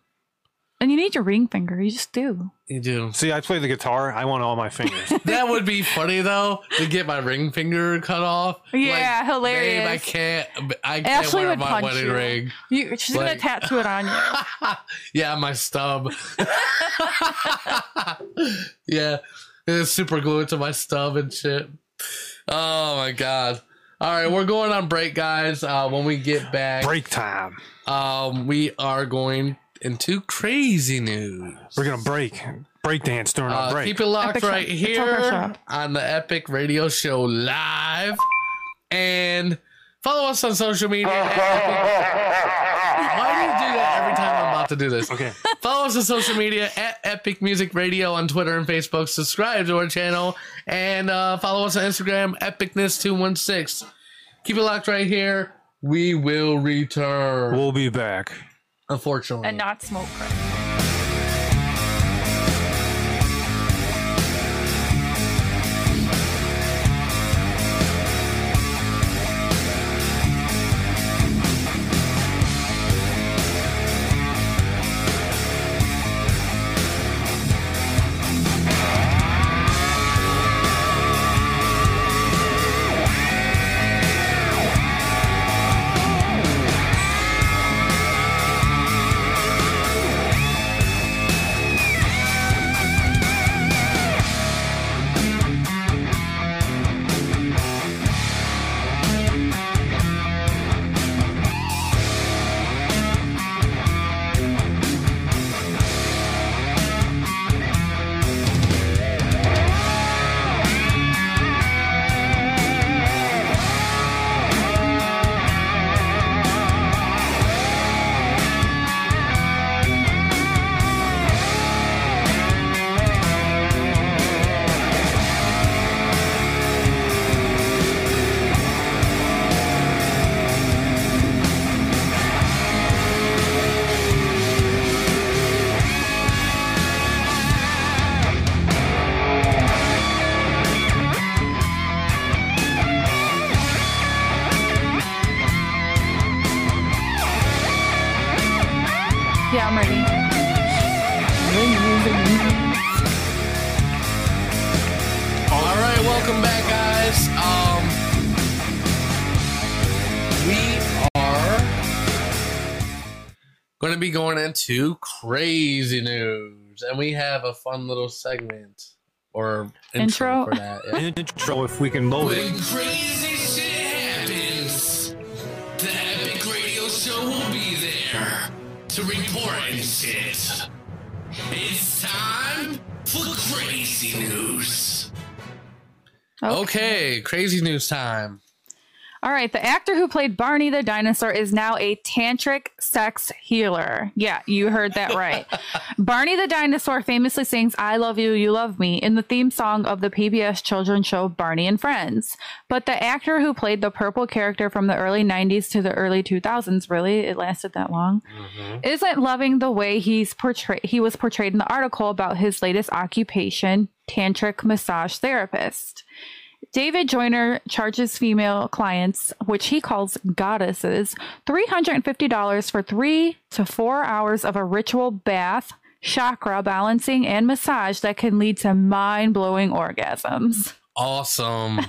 K: And you need your ring finger. You just do.
E: You do.
I: See, I play the guitar. I want all my fingers.
E: That would be funny though to get my ring finger cut off.
K: Yeah,
E: Like,
K: hilarious.
E: Babe, I can't. I can't
K: Ashley
E: wear
K: would
E: my
K: punch
E: wedding
K: you.
E: ring.
K: You, she's gonna
E: Like-
K: tattoo it on you.
E: Yeah, my stub. yeah, it's super glued to my stub and shit. Oh my god! All right, we're going on break, guys. Uh, when we get back,
I: Break time.
E: um, we are going into crazy news.
I: We're gonna break. Break dance during our
E: Uh,
I: break.
E: Keep it locked
K: Epic
E: right
K: shop. It's all our
E: here
K: shop.
E: on the Epic Radio Show live, and follow us on social media. Why do you do that every time I'm about to do this?
I: okay.
E: Follow us on social media at Epic Music Radio on Twitter and Facebook. Subscribe to our channel and uh, follow us on Instagram, Epicness216. Keep it locked right here. We will return.
I: We'll be back.
E: Unfortunately.
K: and not smoke crack. Yeah, I'm ready.
E: All right, welcome back, guys. Um, we are going to be going into crazy news, and we have a fun little segment or intro,
K: Intro?
E: for that. yeah.
I: Intro if we can load it.
B: Crazy shit happens. The Epic Radio Show will be there to report and shit. It's time for crazy news.
E: Okay, crazy news time.
K: All right, the actor who played Barney the dinosaur is now a tantric sex healer. Yeah, you heard that right. Barney the dinosaur famously sings I love you, you love me in the theme song of the PBS children's show Barney and Friends. But the actor who played the purple character from the early 90s to the early 2000s, really, it lasted that long, isn't loving the way he's portrayed he was portrayed in the article about his latest occupation, tantric massage therapist. David Joyner charges female clients, which he calls goddesses, $350 for three to four hours of a ritual bath, chakra balancing, and massage that can lead to mind blowing orgasms.
E: Awesome.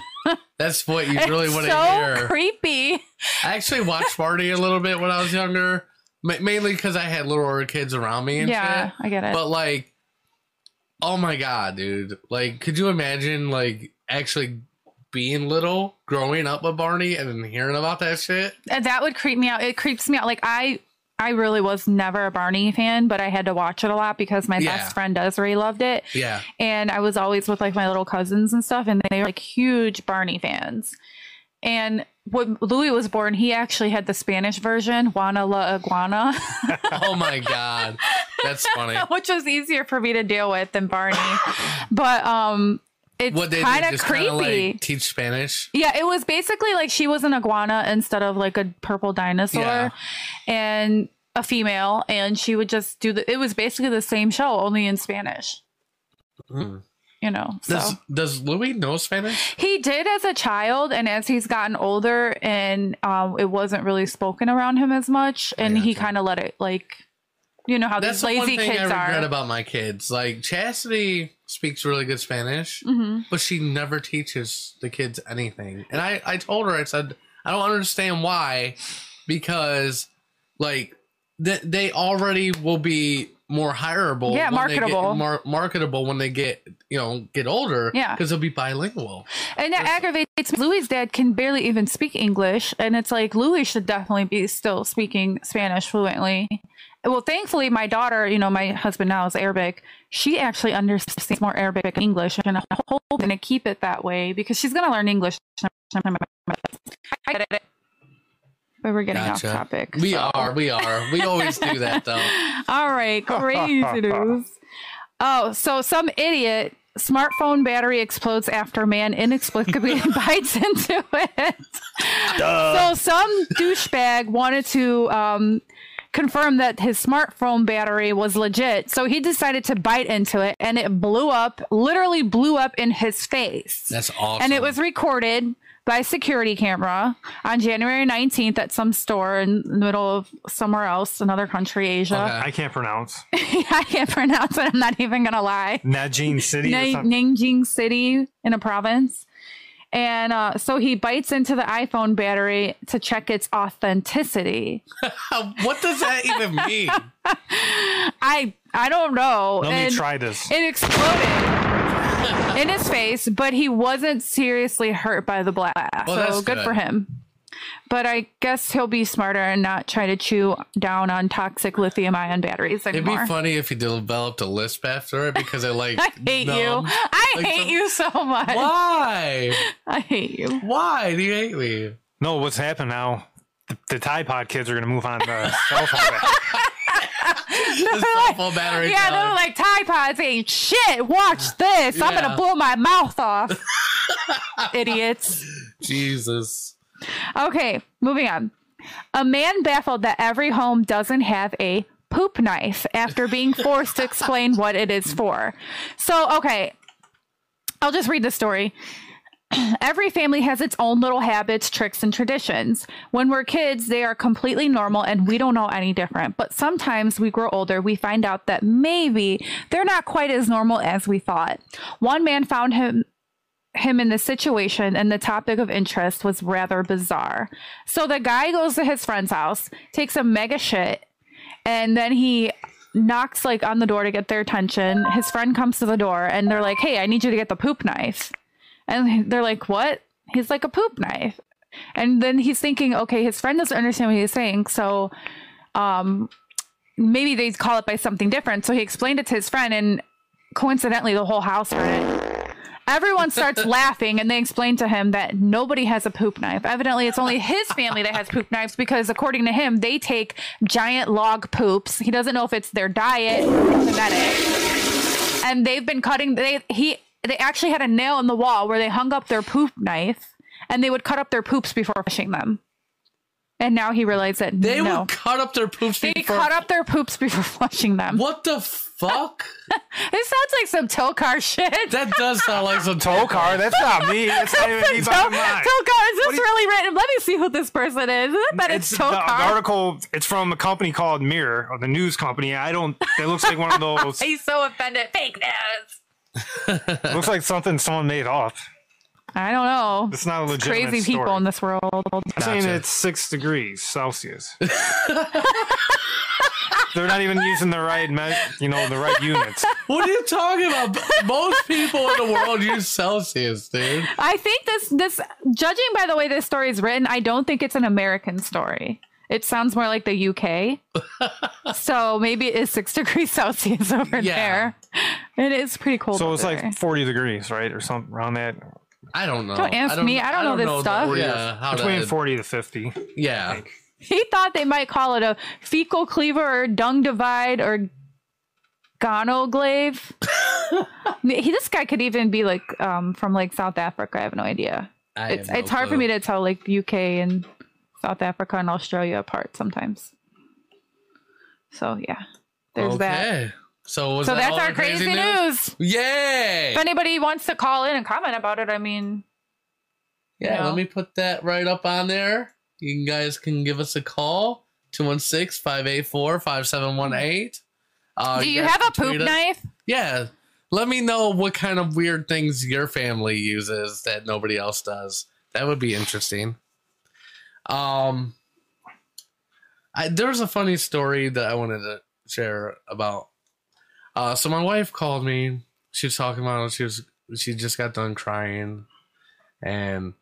E: That's what you really
K: It's
E: want to
K: so
E: hear.
K: creepy.
E: I actually watched Barney a little bit when I was younger, ma- mainly because I had littler kids around me and
K: Yeah,
E: shit.
K: I get it.
E: But like, oh my god, dude! Like, could you imagine like actually being little, growing up with Barney, and then hearing about that shit?
K: And Uh, that would creep me out. It creeps me out. Like I I really was never a Barney fan, but I had to watch it a lot because my
E: Yeah.
K: best friend Desiree loved it.
E: Yeah,
K: and I was always with like my little cousins and stuff, and they were like huge Barney fans. And when Louis was born, he actually had the Spanish version, Juana la Iguana,
E: oh my god, that's funny.
K: which was easier for me to deal with than Barney. but um, it's
E: What they did,
K: kind of
E: just kinda,
K: creepy.
E: like teach Spanish.
K: Yeah, it was basically like she was an iguana instead of like a purple dinosaur
E: Yeah.
K: and a female, and she would just do the. It was basically the same show, only in Spanish.
E: Mm.
K: You know, so.
E: Does Does Louis know Spanish?
K: He did as a child, and as he's gotten older, and um, it wasn't really spoken around him as much, and he kind of let it like, you know how
E: That's
K: Oh, these
E: the one
K: lazy
E: thing I
K: kids
E: regret
K: are.
E: about my kids. Like Chastity speaks really good Spanish,
K: Mhm.
E: but she never teaches the kids anything. And I, I told her, I said, I don't understand why, because like th- they already will be more hireable.
K: Yeah,
E: when they get
K: marketable.
E: mar- marketable when they get you know get older.
K: Yeah.
E: because they'll be bilingual.
K: and that aggravates me. Louis' dad can barely even speak English, and it's like Louis should definitely be still speaking Spanish fluently. Well, thankfully, my daughter, you know, my husband now is Arabic. She actually understands more Arabic and English, and I'm hoping to keep it that way because she's going to learn English. But we're getting off topic.
E: We are. We are. We always do that though.
K: All right, crazy news. Oh, so some idiot smartphone battery explodes after man inexplicably bites into it. So some douchebag wanted to um, confirm that his smartphone battery was legit. So he decided to bite into it, and it blew up. Literally blew up in his face.
E: That's awesome.
K: And it was recorded by security camera on January 19th at some store in the middle of somewhere else, another country, Asia.
I: I can't pronounce.
K: I can't pronounce it. I'm not even going to lie.
I: Najin City. or
K: Na-
I: something?
K: Nanjing City in a province. And uh, so he bites into the iPhone battery to check its authenticity.
E: what does that even mean?
K: I I don't know.
I: Let me
K: And
I: try this.
K: It exploded in his face, but he wasn't seriously hurt by the blast.
E: Well,
K: so
E: that's
K: good.
E: good.
K: for him. But I guess he'll be smarter and not try to chew down on toxic lithium ion batteries
E: It'd
K: anymore.
E: be funny if he developed a lisp after it because I like
K: I hate
E: numb.
K: you. I
E: Like
K: hate
E: some-
K: you so much.
E: Why?
K: I hate you.
E: Why do you hate me?
I: No, what's happened now? The, the Tide Pod kids are going to move on to cell phone.
E: The cell phone battery.
K: Yeah,
E: died.
K: they're like Tide Pods ain't shit. Watch this. I'm
E: Yeah.
K: gonna blow my mouth off. Idiots.
E: Jesus.
K: Okay, moving on. A man baffled that every home doesn't have a poop knife after being forced to explain what it is for. So, okay, I'll just read the story. Every family has its own little habits, tricks, and traditions. When we're kids, they are completely normal and we don't know any different. But sometimes we grow older, we find out that maybe they're not quite as normal as we thought. One man found him him in this situation and the topic of interest was rather bizarre. So the guy goes to his friend's house, takes a mega shit, and then he knocks like on the door to get their attention. His friend comes to the door and they're like, "Hey, I need you to get the poop knife." And they're like, "What?" He's like, "A poop knife." And then he's thinking, "Okay, his friend doesn't understand what he's saying." So um maybe they call it by something different. So he explained it to his friend and coincidentally the whole house heard it. Everyone starts laughing and they explain to him that nobody has a poop knife. Evidently, it's only his family that has poop knives because, according to him, they take giant log poops. He doesn't know if it's their diet or genetic. And they've been cutting, they, he, they actually had a nail in the wall where they hung up their poop knife and they would cut up their poops before fishing them. And now he realized that
E: They
K: no.
E: would cut up their poops
K: They
E: before.
K: cut up their poops before flushing them.
E: What the fuck?
K: this sounds like some Tokar shit.
E: That does sound like some
I: Tow car? That's not me. That's not even me by
K: Tokar,
I: mine.
K: Tokar, is this really written? Let me see who this person is. But it's,
I: the, the
K: Tokar.
I: article. It's from a company called Mirror, or the news company. I don't. It looks like one of those.
K: He's so offended. Fake news.
I: looks like something someone made up.
K: I don't know.
I: It's not a
K: It's
I: legitimate
K: crazy
I: story.
K: people in this world.
I: I'm saying it's six degrees Celsius. They're not even using the right, me- you know, the right units.
E: What are you talking about? Most people in the world use Celsius, dude.
K: I think this this judging by the way this story is written, I don't think it's an American story. It sounds more like the UK. so maybe it is six degrees Celsius over
E: Yeah.
K: there. It is pretty cold.
I: So it's
K: over there.
I: like 40 degrees, right, or something around that.
E: I don't know.
K: Don't ask me. I don't know this
E: the
K: stuff.
E: order of uh, how
I: Between
E: to-
I: 40 to 50.
E: yeah.
K: He thought they might call it a fecal cleaver or dung divide or gonoglave. he, this guy could even be like um, from like South Africa. I have no idea.
E: I
K: it's
E: have no
K: it's hard for
E: clue.
K: me to tell like UK and South Africa and Australia apart sometimes. So yeah, there's that.
E: okay. So, was
K: So
E: that
K: that's
E: all
K: our
E: the
K: crazy news.
E: Yay!
K: If anybody wants to call in and comment about it, I mean,
E: Yeah,
K: No.
E: let me put that right up on there. You guys can give us a call 216 584 5718. Uh, Oh,
K: do you have a poop knife?
E: Yeah. Let me know what kind of weird things your family uses that nobody else does. That would be interesting. Um, I, there was a funny story that I wanted to share about. Uh, so my wife called me. She was talking about she was she just got done crying, and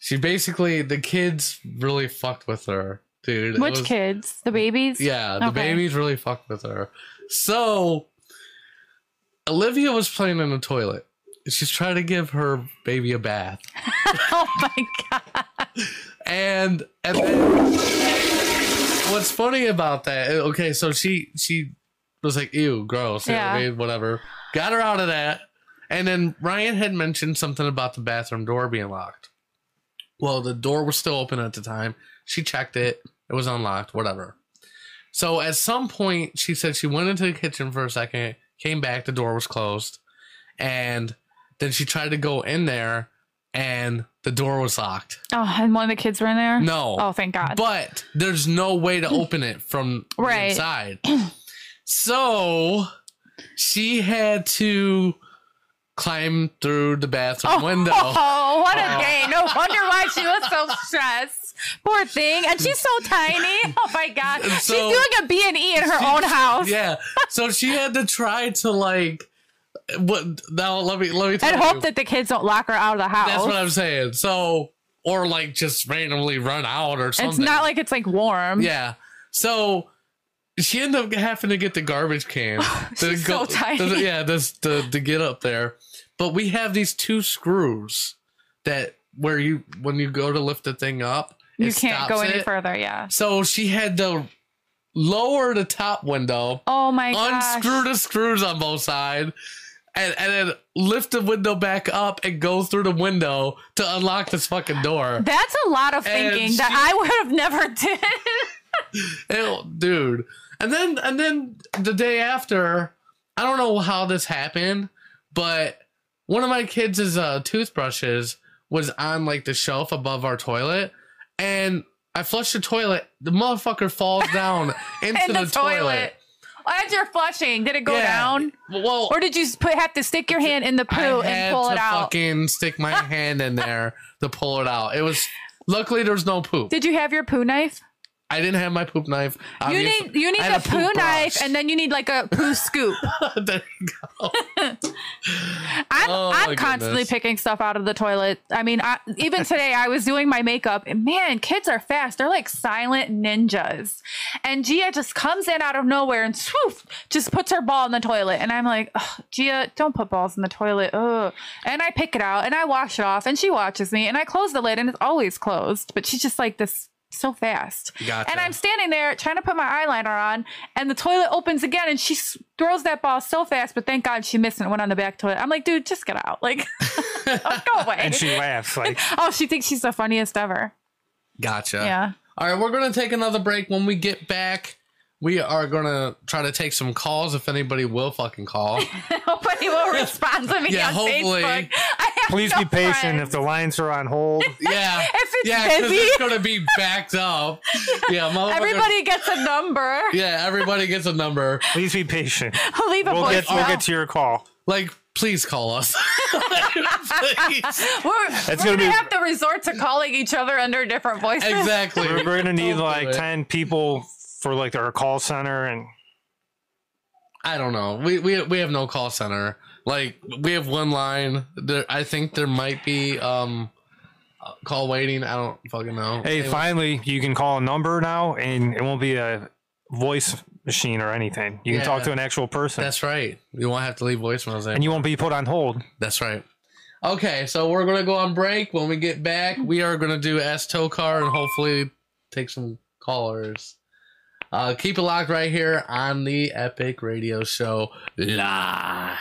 E: she basically the kids really fucked with her, dude. It
K: Which
E: was-
K: kids? The babies?
E: yeah, the
K: Okay.
E: babies really fucked with her. So Olivia was playing in the toilet. She's trying to give her baby a bath.
K: oh my god.
E: And and then what's funny about that? uh, Okay, so she she was like, "Ew, gross." you know what I
K: Yeah.
E: mean? whatever. Got her out of that. And then Ryan had mentioned something about the bathroom door being locked. Well, the door was still open at the time. She checked it. It was unlocked, whatever. So at some point, she said she went into the kitchen for a second, came back, the door was closed. And then she tried to go in there, and the door was locked.
K: Oh, and one of the kids were in there?
E: No.
K: Oh, thank God.
E: But there's no way to open it from
K: Right.
E: the inside. So she had to climb through the bathroom window.
K: Oh, what a
E: Oh.
K: day. No wonder why she was so stressed. Poor thing. And she's so tiny. Oh my God.
E: And
K: she's
E: so-
K: doing a B&E in her
E: She-
K: own house.
E: Yeah. So she had to try to like what now let me let me tell
K: And
E: you.
K: hope that the kids don't lock her out of the house.
E: That's what I'm saying. So or like just randomly run out or something.
K: It's not like it's like warm.
E: Yeah. So she ended up having to get the garbage can. to
K: She's so tiny.
E: to- yeah, this to, to get up there. But we have these two screws that where you when you go to lift the thing up,
K: You
E: it
K: can't go
E: stops
K: any
E: it.
K: further. Yeah.
E: So she had to lower the top window,
K: Oh my God.
E: unscrew the screws on both sides. And, and then lift the window back up and go through the window to unlock this fucking door.
K: That's a lot of
E: And
K: thinking that I would have never did.
E: Hell, dude. And then and then the day after, I don't know how this happened, but one of my kids' uh, toothbrushes was on like the shelf above our toilet, and I flushed the toilet. The motherfucker falls down into the, toilet.
K: As you're flushing, did it go
E: Yeah.
K: down?
E: Well,
K: or did you s- put, have to stick your hand in the
E: I
K: poo
E: had
K: and pull
E: to
K: it out?
E: fucking stick my hand in there to pull it out. It was luckily there was no poop.
K: Did you have your poo knife?
E: I didn't have my poop knife.
K: You need you need
E: a
K: a, poo knife, and then you need like a poo scoop.
E: there you
K: go. I'm
E: Oh, my
K: I'm constantly
E: goodness.
K: picking stuff out of the toilet. I mean, I, even today I was doing my makeup, and man, kids are fast. They're like silent ninjas. And Gia just comes in out of nowhere and swoof, just puts her ball in the toilet, and I'm like, "Ugh, Gia, don't put balls in the toilet. Ugh. And I pick it out and I wash it off, and she watches me, and I close the lid, and it's always closed. But she's just like this so fast.
E: Gotcha.
K: And I'm standing there trying to put my eyeliner on, and the toilet opens again, and she s- throws that ball so fast, but thank God she missed and it went on the back toilet. I'm like, dude, just get out. Like, go away.
I: And she laughs like
K: oh, she thinks she's the funniest ever.
E: Gotcha.
K: Yeah.
E: All right, we're going to take another break. When we get back, we are going to try to take some calls if anybody will fucking call.
K: Nobody will respond to me
E: Yeah,
K: on
E: hopefully.
K: Facebook. I have
I: Please
K: no
I: be patient if
K: friends.
I: the lines are on hold.
E: Yeah.
K: If it's
E: yeah, 'cause
K: busy.
E: it's going to be backed up. Yeah, motherfucker-
K: Everybody gets a number.
E: Yeah, everybody gets a number.
I: Please be patient.
K: Leave a
I: We'll get
K: voicemail.
I: we'll get to your call.
E: Like, please call us.
K: we're we're
I: gonna
K: gonna,
I: be-
K: have to resort to calling each other under different voices.
E: exactly.
I: We're, we're gonna need
E: Don't do
I: like
E: it.
I: ten people for like our call center and
E: I don't know. We, we we have no call center. Like we have one line. There, I think there might be um uh, call waiting. I don't fucking know.
I: hey,
E: Anyway.
I: finally you can call a number now and it won't be a voice machine or anything. You can talk
E: Yeah.
I: to an actual person.
E: That's right. You won't have to leave voicemails there.
I: And you won't be put on hold.
E: That's right. Okay, so we're gonna go on break. When we get back, we are gonna do Ask Tokar and hopefully take some callers. Uh, keep it locked right here on the Epic Radio Show live.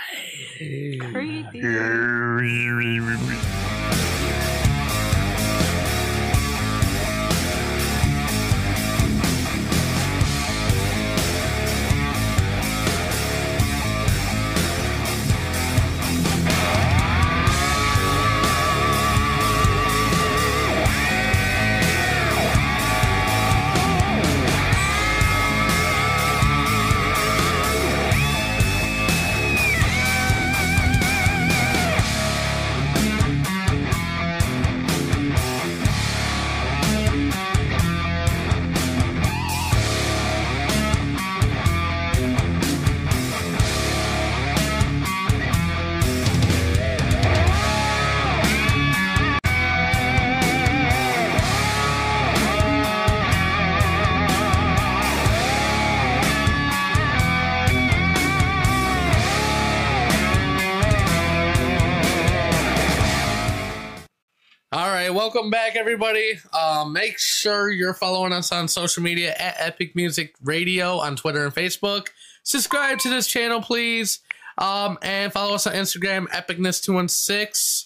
E: All right, welcome back, everybody. Uh, make sure you're following us on social media at Epic Music Radio on Twitter and Facebook. Subscribe to this channel, please, um, and follow us on Instagram, Epicness216.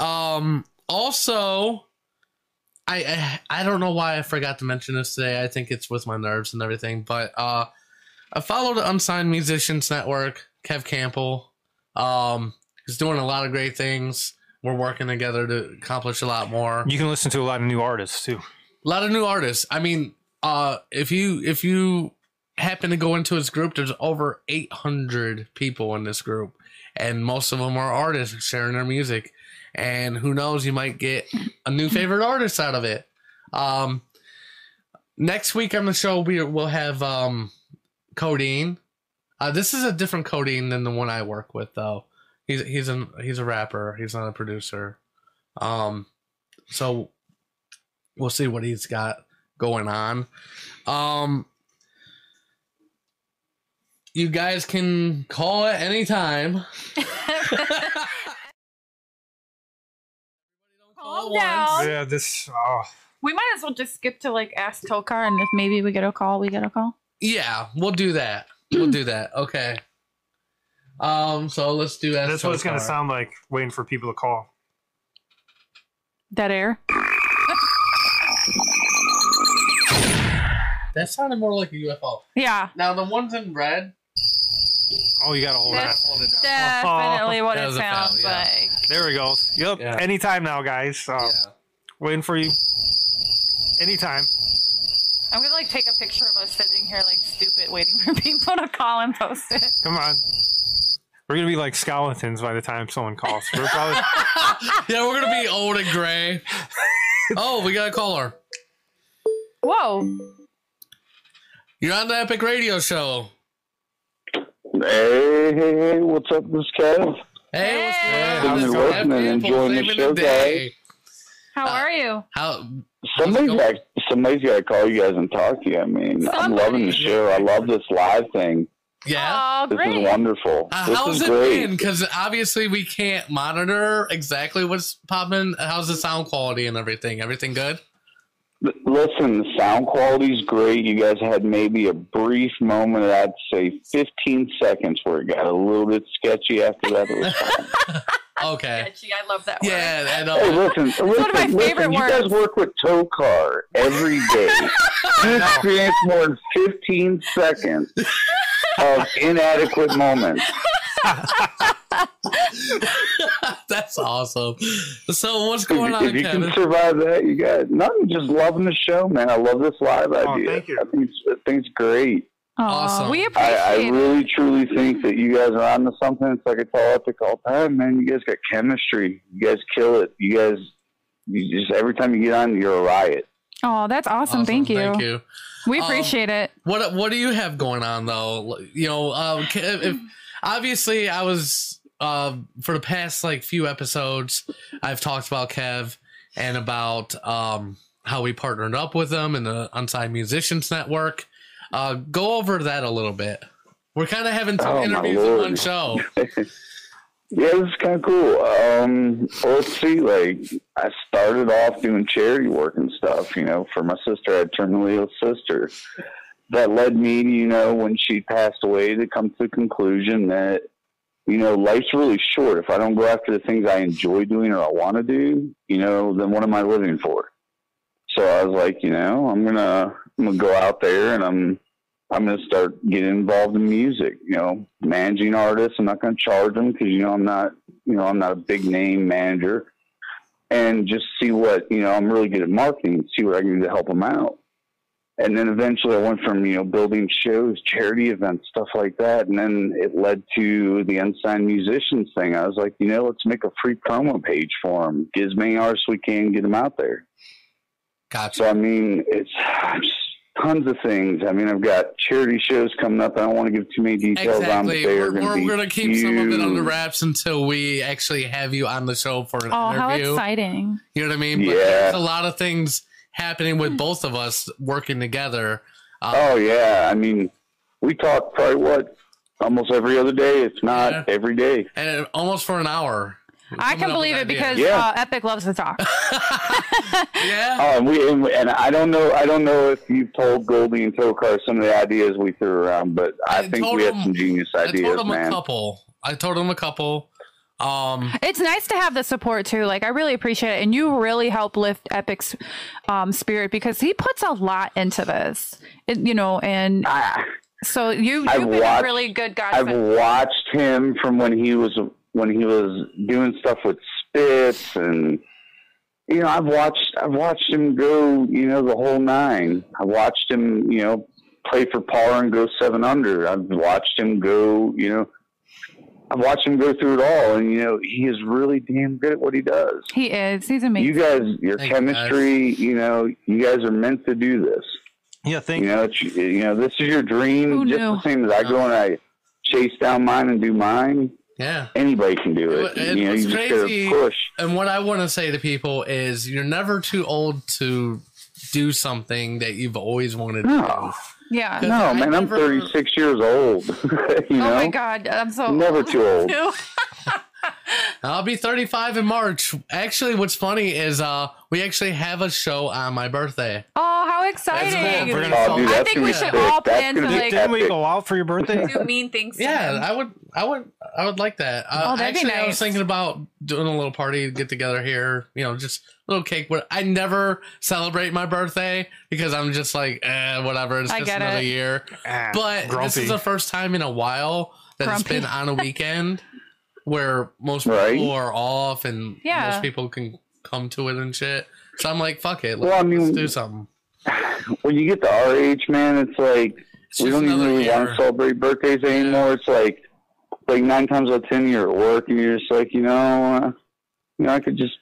E: Um, also, I, I I don't know why I forgot to mention this today. I think it's with my nerves and everything, but uh, I follow the Unsigned Musicians Network, Kev Campbell. Um, he's doing a lot of great things we're working together to accomplish a lot more.
I: You can listen to a lot of new artists too.
E: A lot of new artists. I mean, uh, if you if you happen to go into his group, there's over 800 people in this group, and most of them are artists sharing their music. And who knows, you might get a new favorite artist out of it. Um, next week on the show, we will have um, Codeine. Uh, this is a different Codeine than the one I work with, though he's he's an he's a rapper. He's not a producer. Um, so we'll see what he's got going on. Um, you guys can call at any time.
K: Calm down.
I: Yeah, this. Oh.
K: We might as well just skip to like ask Tokar, and if maybe we get a call, we get a call.
E: Yeah, we'll do that. we'll do that. Okay. Um, so let's do that.
I: That's what it's going to sound like waiting for people to call.
K: Dead air.
E: that sounded more like a UFO.
K: Yeah.
E: Now the ones in red.
I: Oh, you got to hold that.
K: That's definitely what
E: That
K: it
E: was a
K: sounds
E: foul, yeah.
K: like.
I: There we go. Yep.
E: Yeah.
I: Anytime now, guys. So, Waiting for you. Anytime.
K: I'm gonna like take a picture of us sitting here like stupid, waiting for people to call and post it.
I: Come on. We're going to be like skeletons by the time someone calls. We're probably.
E: Yeah, we're gonna be old and gray. oh, we got a caller.
K: Whoa!
E: You're on the Epic Radio Show.
L: Hey, hey, hey, what's up, this Kev?
E: Hey, what's
L: Hey, how's it going?
E: Epic
L: Listening,
E: Apple
L: enjoying the
E: saving
L: show,
E: day.
K: How are you?
E: How?
L: Somebody's got, somebody's got to call you guys and talk to you. I mean, I'm loving the show. I love this live thing.
E: Yeah.
K: Oh,
L: This is
K: great.
L: wonderful.
E: Uh,
L: this
E: how's
L: is
E: it
L: great.
E: been? Because obviously we can't monitor exactly what's popping. How's the sound quality and everything? Everything good?
L: L- Listen, the sound quality's great. You guys had maybe a brief moment, I'd say 15 seconds, where it got a little bit sketchy after that. It was fine.
E: Okay.
K: Gee, I love that word.
E: Yeah, I
L: Hey,
E: know.
L: listen, listen,
K: one of my
L: listen,
K: favorite
L: you guys
K: words.
L: work with tow car every day. You experience more than 15 seconds of inadequate moments.
E: That's awesome. So what's
L: If,
E: going
L: you-
E: on,
L: if you
E: Kevin?
L: can survive that, you got nothing. Just loving the show, man. I love this live idea.
I: Oh, thank you.
L: I think it's, I think it's great.
K: Aw,
E: Awesome.
K: We
L: I, I
K: appreciate it.
L: really, truly think that you guys are onto something. It's like I tell Epic all the time, man. You guys got chemistry. You guys kill it. You guys, you just every time you get on, you're a riot.
K: Oh, that's awesome.
E: Awesome,
K: Thank, you.
E: Thank you.
K: We
E: Um,
K: appreciate it.
E: What What do you have going on though? You know, uh, ca- if, obviously I was uh, for the past like few episodes, I've talked about Kev and about um, how we partnered up with them and the Unsigned Musicians Network. Uh, go over that a little bit. We're kind of having two
L: Oh, my
E: interviews in one
L: lord.
E: show.
L: Yeah, this is kind of cool. Um, well, let's see. Like, I started off doing charity work and stuff, you know, for my sister. I had terminally ill sister. That led me, you know, when she passed away, to come to the conclusion that, you know, life's really short. If I don't go after the things I enjoy doing or I want to do, you know, then what am I living for? So I was like, you know, I'm gonna, I'm gonna go out there and I'm I'm going to start getting involved in music. You know, managing artists. I'm not going to charge them because you know I'm not you know I'm not a big name manager, and just see what you know I'm really good at marketing. See what I can do to help them out. And then eventually, I went from you know building shows, charity events, stuff like that, and then it led to the unsigned musicians thing. I was like, you know, let's make a free promo page for them. Get as many artists we can, get them out there.
E: Gotcha.
L: So I mean, it's tons of things. I mean, I've got charity shows coming up. I don't want to give too many details on, but
E: Exactly.
L: they
E: We're,
L: are going to
E: we're
L: be
E: gonna keep some of it under
L: huge.
E: wraps until we actually have you on the show for an
K: Oh, how
E: Um, interview.
K: exciting!
E: You know what I mean? But
L: Yeah.
E: there's a lot of things happening with both of us working together.
L: Oh yeah, I mean, we talk probably what almost every other day, if not
E: Yeah.
L: every day.
E: And it, almost for an hour.
K: I can believe it because
L: Yeah.
K: uh, Epic loves to talk.
L: Um, we and, and I don't know. I don't know if you told Goldie and Tokar some of the ideas we threw around, but I, think
E: told
L: we had
E: him-
L: some genius
E: I told
L: ideas,
E: him a
L: man.
E: couple. I told him a couple. Um,
K: it's nice to have the support too. Like I really appreciate it, and you really help lift Epic's um, spirit because he puts a lot into this. It, you know, and so you
L: I've
K: you've been
L: watched-
K: a really good guy.
L: I've watched him from when he was when he was doing stuff with Spitz, and you know, I've watched I've watched him go, you know, the whole nine. I watched him, you know, play for par and go seven under. I've watched him go, you know, I've watched him go through it all, and you know, he is really damn good at what he does.
K: he is. He's amazing.
L: You guys, your
K: Thank you,
L: chemistry, you know, you guys are meant to do this.
I: Yeah, thank
L: you. Know, it's, you know, this is your dream,
K: Who
L: just
K: knew?
L: the same as I go and I chase down mine and do mine.
E: Yeah,
L: anybody can do it.
E: And
L: you know,
E: what's
L: you just
E: crazy,
L: gotta push.
E: and what I want to say to people is, you're never too old to do something that you've always wanted to do.
K: yeah.
L: No, man, I'm 36 years old. you
K: oh
L: know,
K: my god, I'm so
L: never too old.
K: No.
E: I'll be 35 in March. Actually, what's funny is uh, we actually have a show on my birthday.
K: Oh, how exciting!
E: We're gonna Oh, dude,
K: I
E: that's
K: think
E: gonna
K: we
E: be
K: should
E: sick.
K: all
E: That's
K: plan to
E: gonna be
K: like
E: sick. Didn't we
I: go out for your birthday?
K: do mean things. to
E: Yeah,
K: him.
E: I would, I would, I would like that. Uh,
K: Oh, that'd be
E: actually, I was
K: nice.
E: thinking about doing a little party, get together here. You know, just a little cake. But I never celebrate my birthday because I'm just like, eh, whatever. It's
K: I
E: just
K: get
E: another
K: it.
E: year.
I: Ah,
E: but this
I: grumpy.
E: is the first time in a while that it's
K: Grumpy.
E: been on a weekend where most people
L: Right.
E: are off and
K: Yeah.
E: most people can come to it and shit. So I'm like, fuck it. Let's,
L: Well, I mean-
E: let's do something.
L: When you get to our age, man, it's like we don't even really want to celebrate birthdays anymore. It's like like nine times out of ten you're at work and you're just like, you know, uh, you know, I could just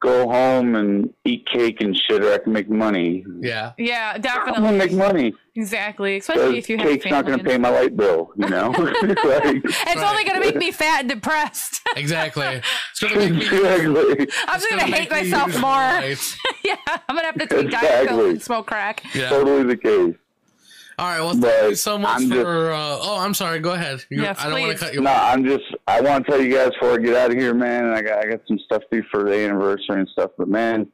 L: go home and eat cake and shit, or I can make money.
E: Yeah.
K: Yeah,
L: I'm gonna
K: definitely.
L: make money.
K: Exactly. Especially
L: Because
K: if you have
L: cake's not
K: family.
L: going to pay my light bill, you know? Like-
K: It's only going to make me fat and depressed.
E: Exactly.
L: exactly.
K: I'm just going to hate
E: make me
K: myself
E: use
K: more.
E: my
K: yeah,
E: lights.
K: I'm going to have to take Diet Coke
L: Exactly.
K: and smoke crack.
L: Totally the case.
E: All right. Well, thank
L: But
E: you so much
L: I'm
E: for.
L: just-
E: uh, oh, I'm sorry. Go ahead. You-
K: Yes,
E: I don't want
K: please.
E: to cut you.
L: No, I'm just, I want to tell you guys before I get out of here, man. I got, I got some stuff to do for the anniversary and stuff, but man,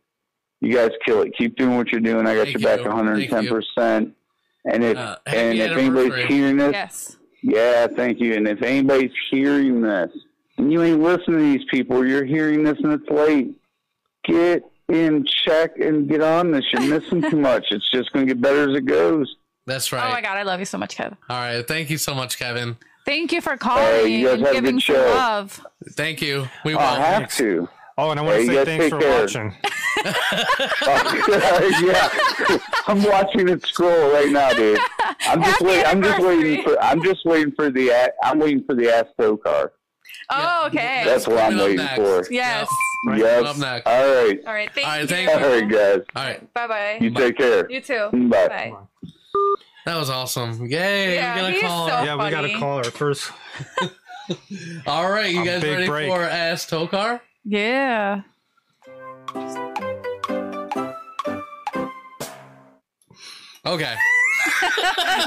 L: you guys kill it. Keep doing what you're doing. I got
E: Thank
L: your back
E: you.
L: 110%. And if,
E: Uh, happy
L: and if
E: anniversary.
L: anybody's hearing this,
K: Yes.
L: yeah, thank you. And if anybody's hearing this, and you ain't listening to these people, you're hearing this and it's late. Get in check and get on this. You're missing too much. It's just going to get better as it goes.
E: That's
K: Oh, my
E: right.
K: God. I love you so much, Kev.
E: All right. Thank you so much, Kevin.
K: Thank you for
L: Hey,
K: calling
L: you guys
K: and
L: have a
K: giving
L: good
K: some
L: show.
K: love.
E: Thank you. We will.
L: I have to.
I: Oh, and I want
L: Hey,
I: to say
L: you guys
I: thanks
L: take
I: for
L: care.
I: watching.
L: yeah, I'm watching it scroll right now, dude. I'm just waiting. I'm just waiting for. I'm just waiting for the. a- I'm waiting for the Astro car.
K: Oh, okay.
L: That's what I'm
E: Coming up
L: waiting
E: next.
L: for.
K: Yes.
E: Right,
L: Yes.
E: coming up next.
L: All right.
K: All right. Thank
E: All right,
K: you.
E: thank
L: All right, guys.
E: All right.
K: Bye bye.
L: You take care.
K: You too.
L: Bye.
K: Bye.
E: That was awesome. Yay.
K: Yeah,
E: we got a
K: he's
E: call.
K: so-
I: Yeah, we got to
K: Funny.
I: call her first.
E: All right. You
I: A
E: guys
I: big
E: ready
I: break.
E: for Ask Tokar?
K: Yeah.
E: Okay.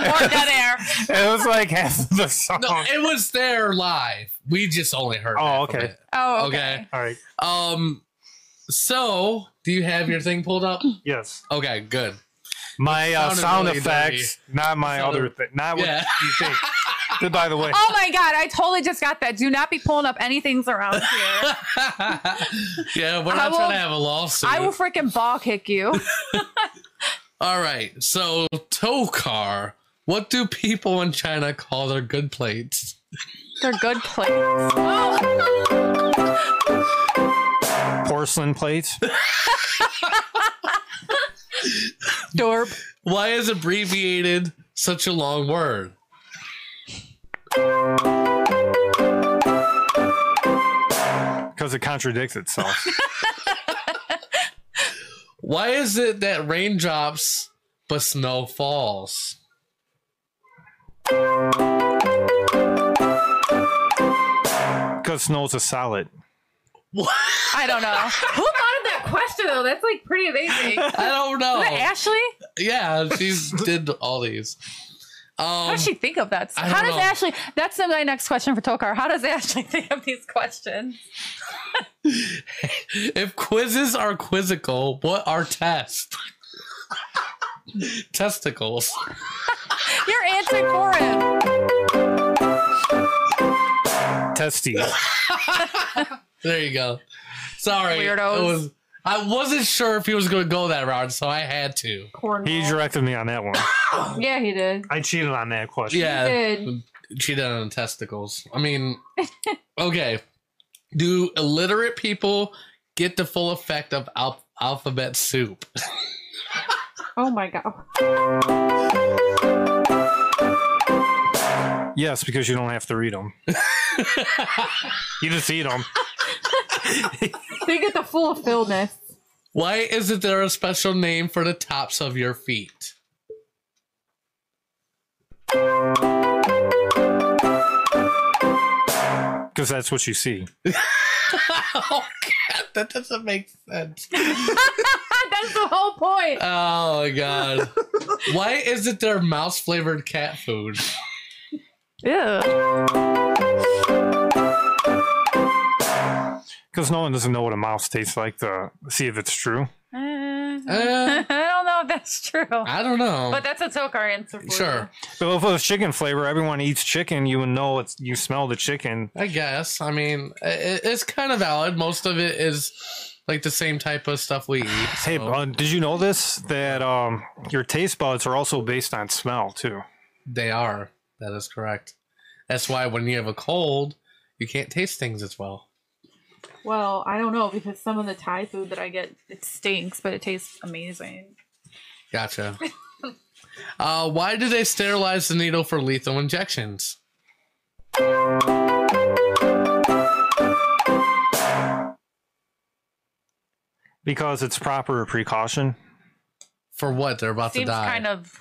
K: More dead air.
I: It was like half of the song.
E: No, it was there live. We just only heard.
I: Oh,
E: half of
I: okay.
E: it.
K: Oh,
E: Okay.
K: okay.
I: All right.
E: Um. So, do you have your thing pulled up?
I: Yes.
E: Okay. Good.
I: My uh,
E: Sounded
I: sound
E: really
I: effects, not my
E: Sounded-
I: other thing. Not what
E: Yeah.
I: you think. Th- By the way,
K: Oh my God, I totally just got that. Do not be pulling up anything's around here.
E: yeah, we're
K: I
E: not
K: will-
E: trying to have a lawsuit.
K: I will freaking ball kick you.
E: All right. So, tow car. What do people in China call their good plates?
K: They're good plates. Oh,
I: porcelain plates.
K: dorp.
E: Why is abbreviated such a long word?
I: Because it contradicts itself.
E: Why is it that rain drops but snow falls?
I: Because snow's a solid.
E: What?
K: I don't know. Who thought of that question though? That's like pretty amazing. Was
E: Oh. I don't know.
K: it Ashley?
E: Yeah, she did all these. Um,
K: How does she think of that?
E: I
K: How
E: don't
K: does
E: know.
K: Ashley? That's my next question for Tokar. How does Ashley think of these questions?
E: If quizzes are quizzical, what are tests? Testicles.
K: You're answering for it.
I: Testy.
E: There you go. Sorry.
K: Weirdos.
E: It was, I wasn't sure if he was going to go that route, so I had to.
I: He directed me on that one.
K: Yeah, he did.
I: I cheated on that question.
E: Yeah.
K: You
E: Cheated on testicles. I mean, okay. Do illiterate people get the full effect of al- alphabet soup?
K: Oh my god.
I: Yes, because you don't have to read them. you just eat them.
K: They get the full fullness.
E: Why isn't there a special name for the tops of your feet?
I: Because that's what you see.
E: oh, God. That doesn't make sense.
K: That's the whole point.
E: Oh, my God. Why isn't there mouse flavored cat food?
K: Yeah.
I: Because no one doesn't know what a mouse tastes like to see if it's true.
K: Mm-hmm. I don't know if that's true.
E: Um, I don't know.
K: But that's a Tokar answer. For
E: sure.
I: But if it's chicken flavor, everyone eats chicken. You would know it's you smell the chicken.
E: I guess. I mean, i- i it's kind of valid. Most of it is like the same type of stuff we eat.
I: Hey,
E: so
I: uh, did you know this? That um, your taste buds are also based on smell too.
E: they are. That is correct. That's why when you have a cold, you can't taste things as well.
K: You. Well, I don't know because some of the Thai food that I get it stinks, but it tastes amazing.
E: Gotcha. uh, why do they sterilize the needle for lethal injections?
I: Because it's proper precaution.
E: For what? They're about
K: Seems
E: to die.
K: kind of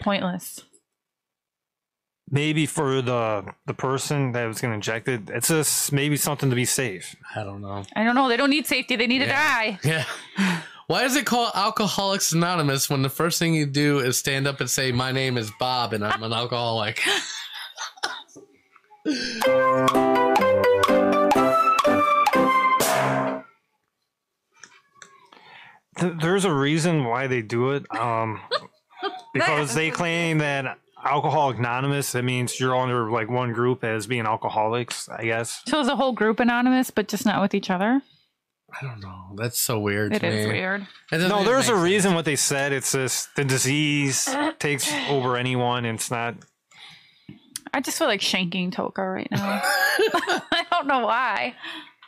K: pointless.
I: Maybe for the the person that was getting injected, it's just maybe something to be safe.
E: I don't know.
K: I don't know. They don't need safety. They need to die.
E: Yeah. Why is it called Alcoholics Anonymous when the first thing you do is stand up and say, My name is Bob and I'm an alcoholic?
I: Th- there's a reason why they do it. Um, because they claim that Alcoholic Anonymous. That means you're under like one group as being alcoholics. I guess.
K: So is a whole group anonymous, but just not with each other.
E: I don't know. That's so weird.
K: It
E: to
K: is
E: me.
K: weird.
E: It doesn't
I: No,
E: even
I: there's
E: make
I: a
E: sense.
I: reason what they said. It's just the disease takes over anyone. And it's not.
K: I just feel like shanking Toka right now. I don't know why.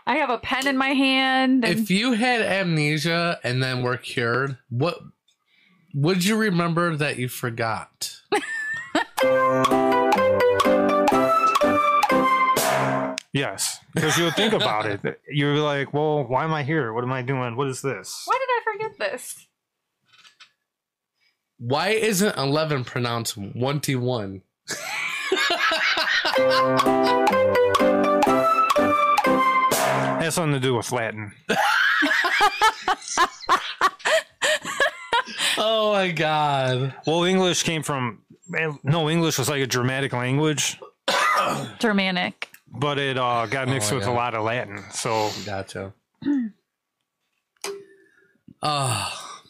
K: I have a pen in my hand. And
E: if you had amnesia and then were cured, what would you remember that you forgot?
I: Yes, because you'll think about it. You're like, well, why am I here? What am I doing? What is this?
K: Why did I forget this?
E: Why isn't 11 pronounced 21?
I: Has something to do with Latin.
E: Oh my god.
I: Well, English came from. eh, No, English was like a dramatic language,
K: Germanic.
I: but it uh, got mixed
E: my
I: with a
E: God.
I: lot of Latin. So
E: Gotcha. Ah.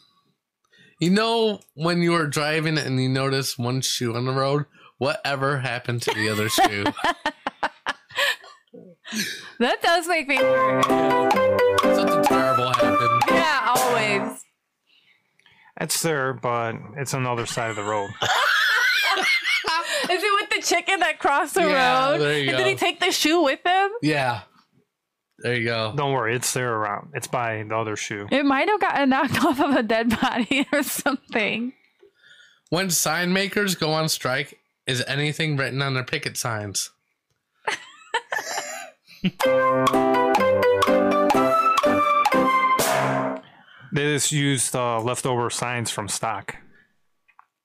E: you know when you were driving and you notice one shoe on the road, whatever happened to the other shoe?
K: That does make me. Yeah,
E: Something terrible happened.
K: always.
I: it's there, but it's on the other side of the road.
K: Is it with the chicken that crossed the
E: Yeah,
K: road?
E: there you
K: and
E: go.
K: did he take the shoe with him?
E: Yeah. There you go.
I: Don't worry, it's there around. It's by the other shoe.
K: It might have gotten knocked off of a dead body or something.
E: When sign makers go on strike, is anything written on their picket signs?
I: They just used uh, leftover signs from stock.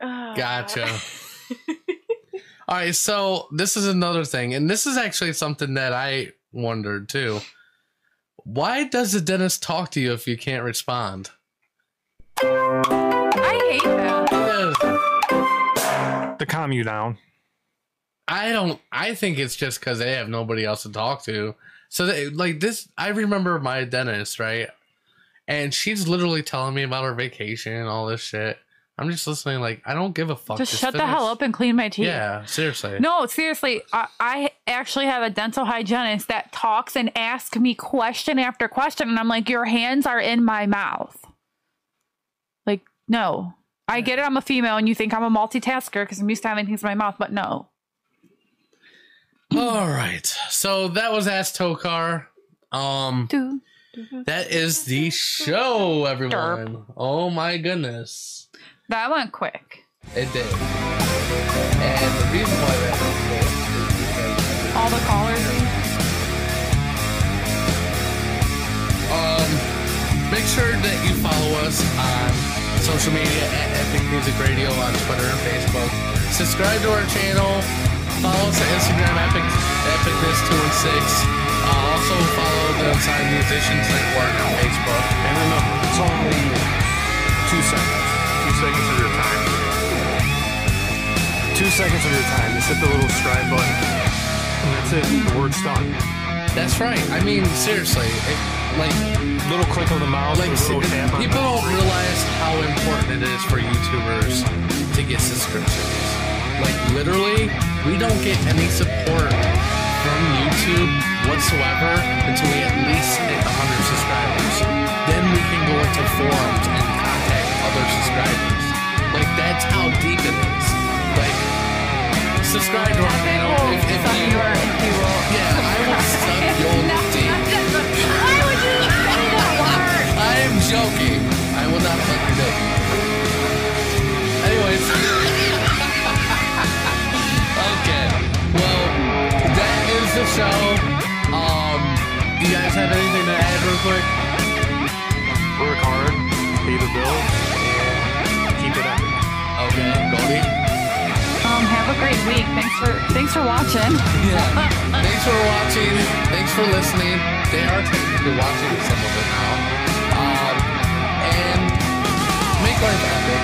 E: Gotcha. All right, so this is another thing, and this is actually something that I wondered too. Why does the dentist talk to you if you can't respond?
K: I hate that.
E: It is-
I: to calm you down.
E: I don't. I think it's just because they have nobody else to talk to. So, they, like this, I remember my dentist, right? And she's literally telling me about her vacation and all this shit. I'm just listening, like I don't give a fuck.
K: Just, shut the hell up and clean my teeth.
E: Yeah, seriously.
K: No, seriously. I, I actually have a dental hygienist that talks and asks me question after question, and I'm like, your hands are in my mouth. Like, no. I get it. I'm a female, and you think I'm a multitasker because I'm used to having things in my mouth, but no.
E: All right. So that was Ask Tokar. Um, that is the show, everyone. Oh my goodness.
K: That went quick.
E: It did. And the reason why that went quick
K: All the callers.
E: Um, make sure that you follow us on social media at Epic Music Radio on Twitter and Facebook. Subscribe to our channel. Follow us on Instagram, Epic Epicness216. Uh, also follow the Inside Musicians Network on Facebook.
I: And remember, it's only two seconds. Two seconds of your time. Two seconds of your time. Just hit the little subscribe button. And that's it. The word's done.
E: That's right. I mean, seriously, it, like
I: little click of the mouse,
E: like
I: like little
E: se-
I: tap on
E: people
I: the-
E: don't realize how important it is for YouTubers to get subscriptions. Like literally, we don't get any support from YouTube whatsoever until we at least hit 100 subscribers. Then we can go into forums and contact other subscribers. Like that's how deep it is. Like subscribe to our channel
K: Oh,
E: if, if you Yeah, I will suck your dick. Why would you say that word? I am joking. I will not suck your dick. Anyways. okay. Well, that is the show. Um, you guys have anything to add real quick?
I: Work hard, pay the bill, and keep it up.
E: Okay, Goldie.
K: Um, have a great week. Thanks for thanks for watching.
E: Yeah. Thanks for watching. Thanks for listening. They are technically watching some of it now. Um, and make life epic.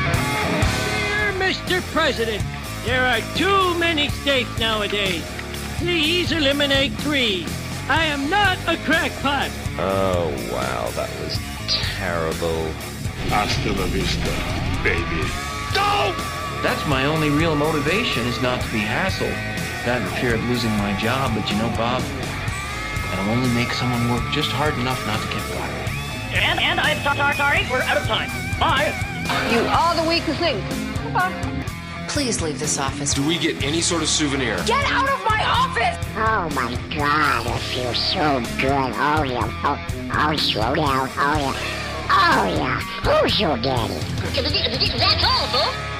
M: Dear Mr. President, there are too many states nowadays. Please eliminate three. I am not a crackpot.
N: Oh, wow, that was terrible. Hasta la vista, baby.
M: Go!
O: That's my only real motivation is not to be hassled. Not in fear of losing my job, but you know, Bob, that'll only make someone work just hard enough not to get fired.
P: And, and I'm so- so- sorry, we're out of time. Bye.
Q: You are the weakest link. Goodbye.
R: Please leave this office.
J: Do we get any sort of souvenir?
Q: Get out of my office!
C: Oh my god, I feel so good. Oh yeah. Oh, oh slow down. Oh yeah. Oh yeah. Who's your daddy?
P: That's all, folks.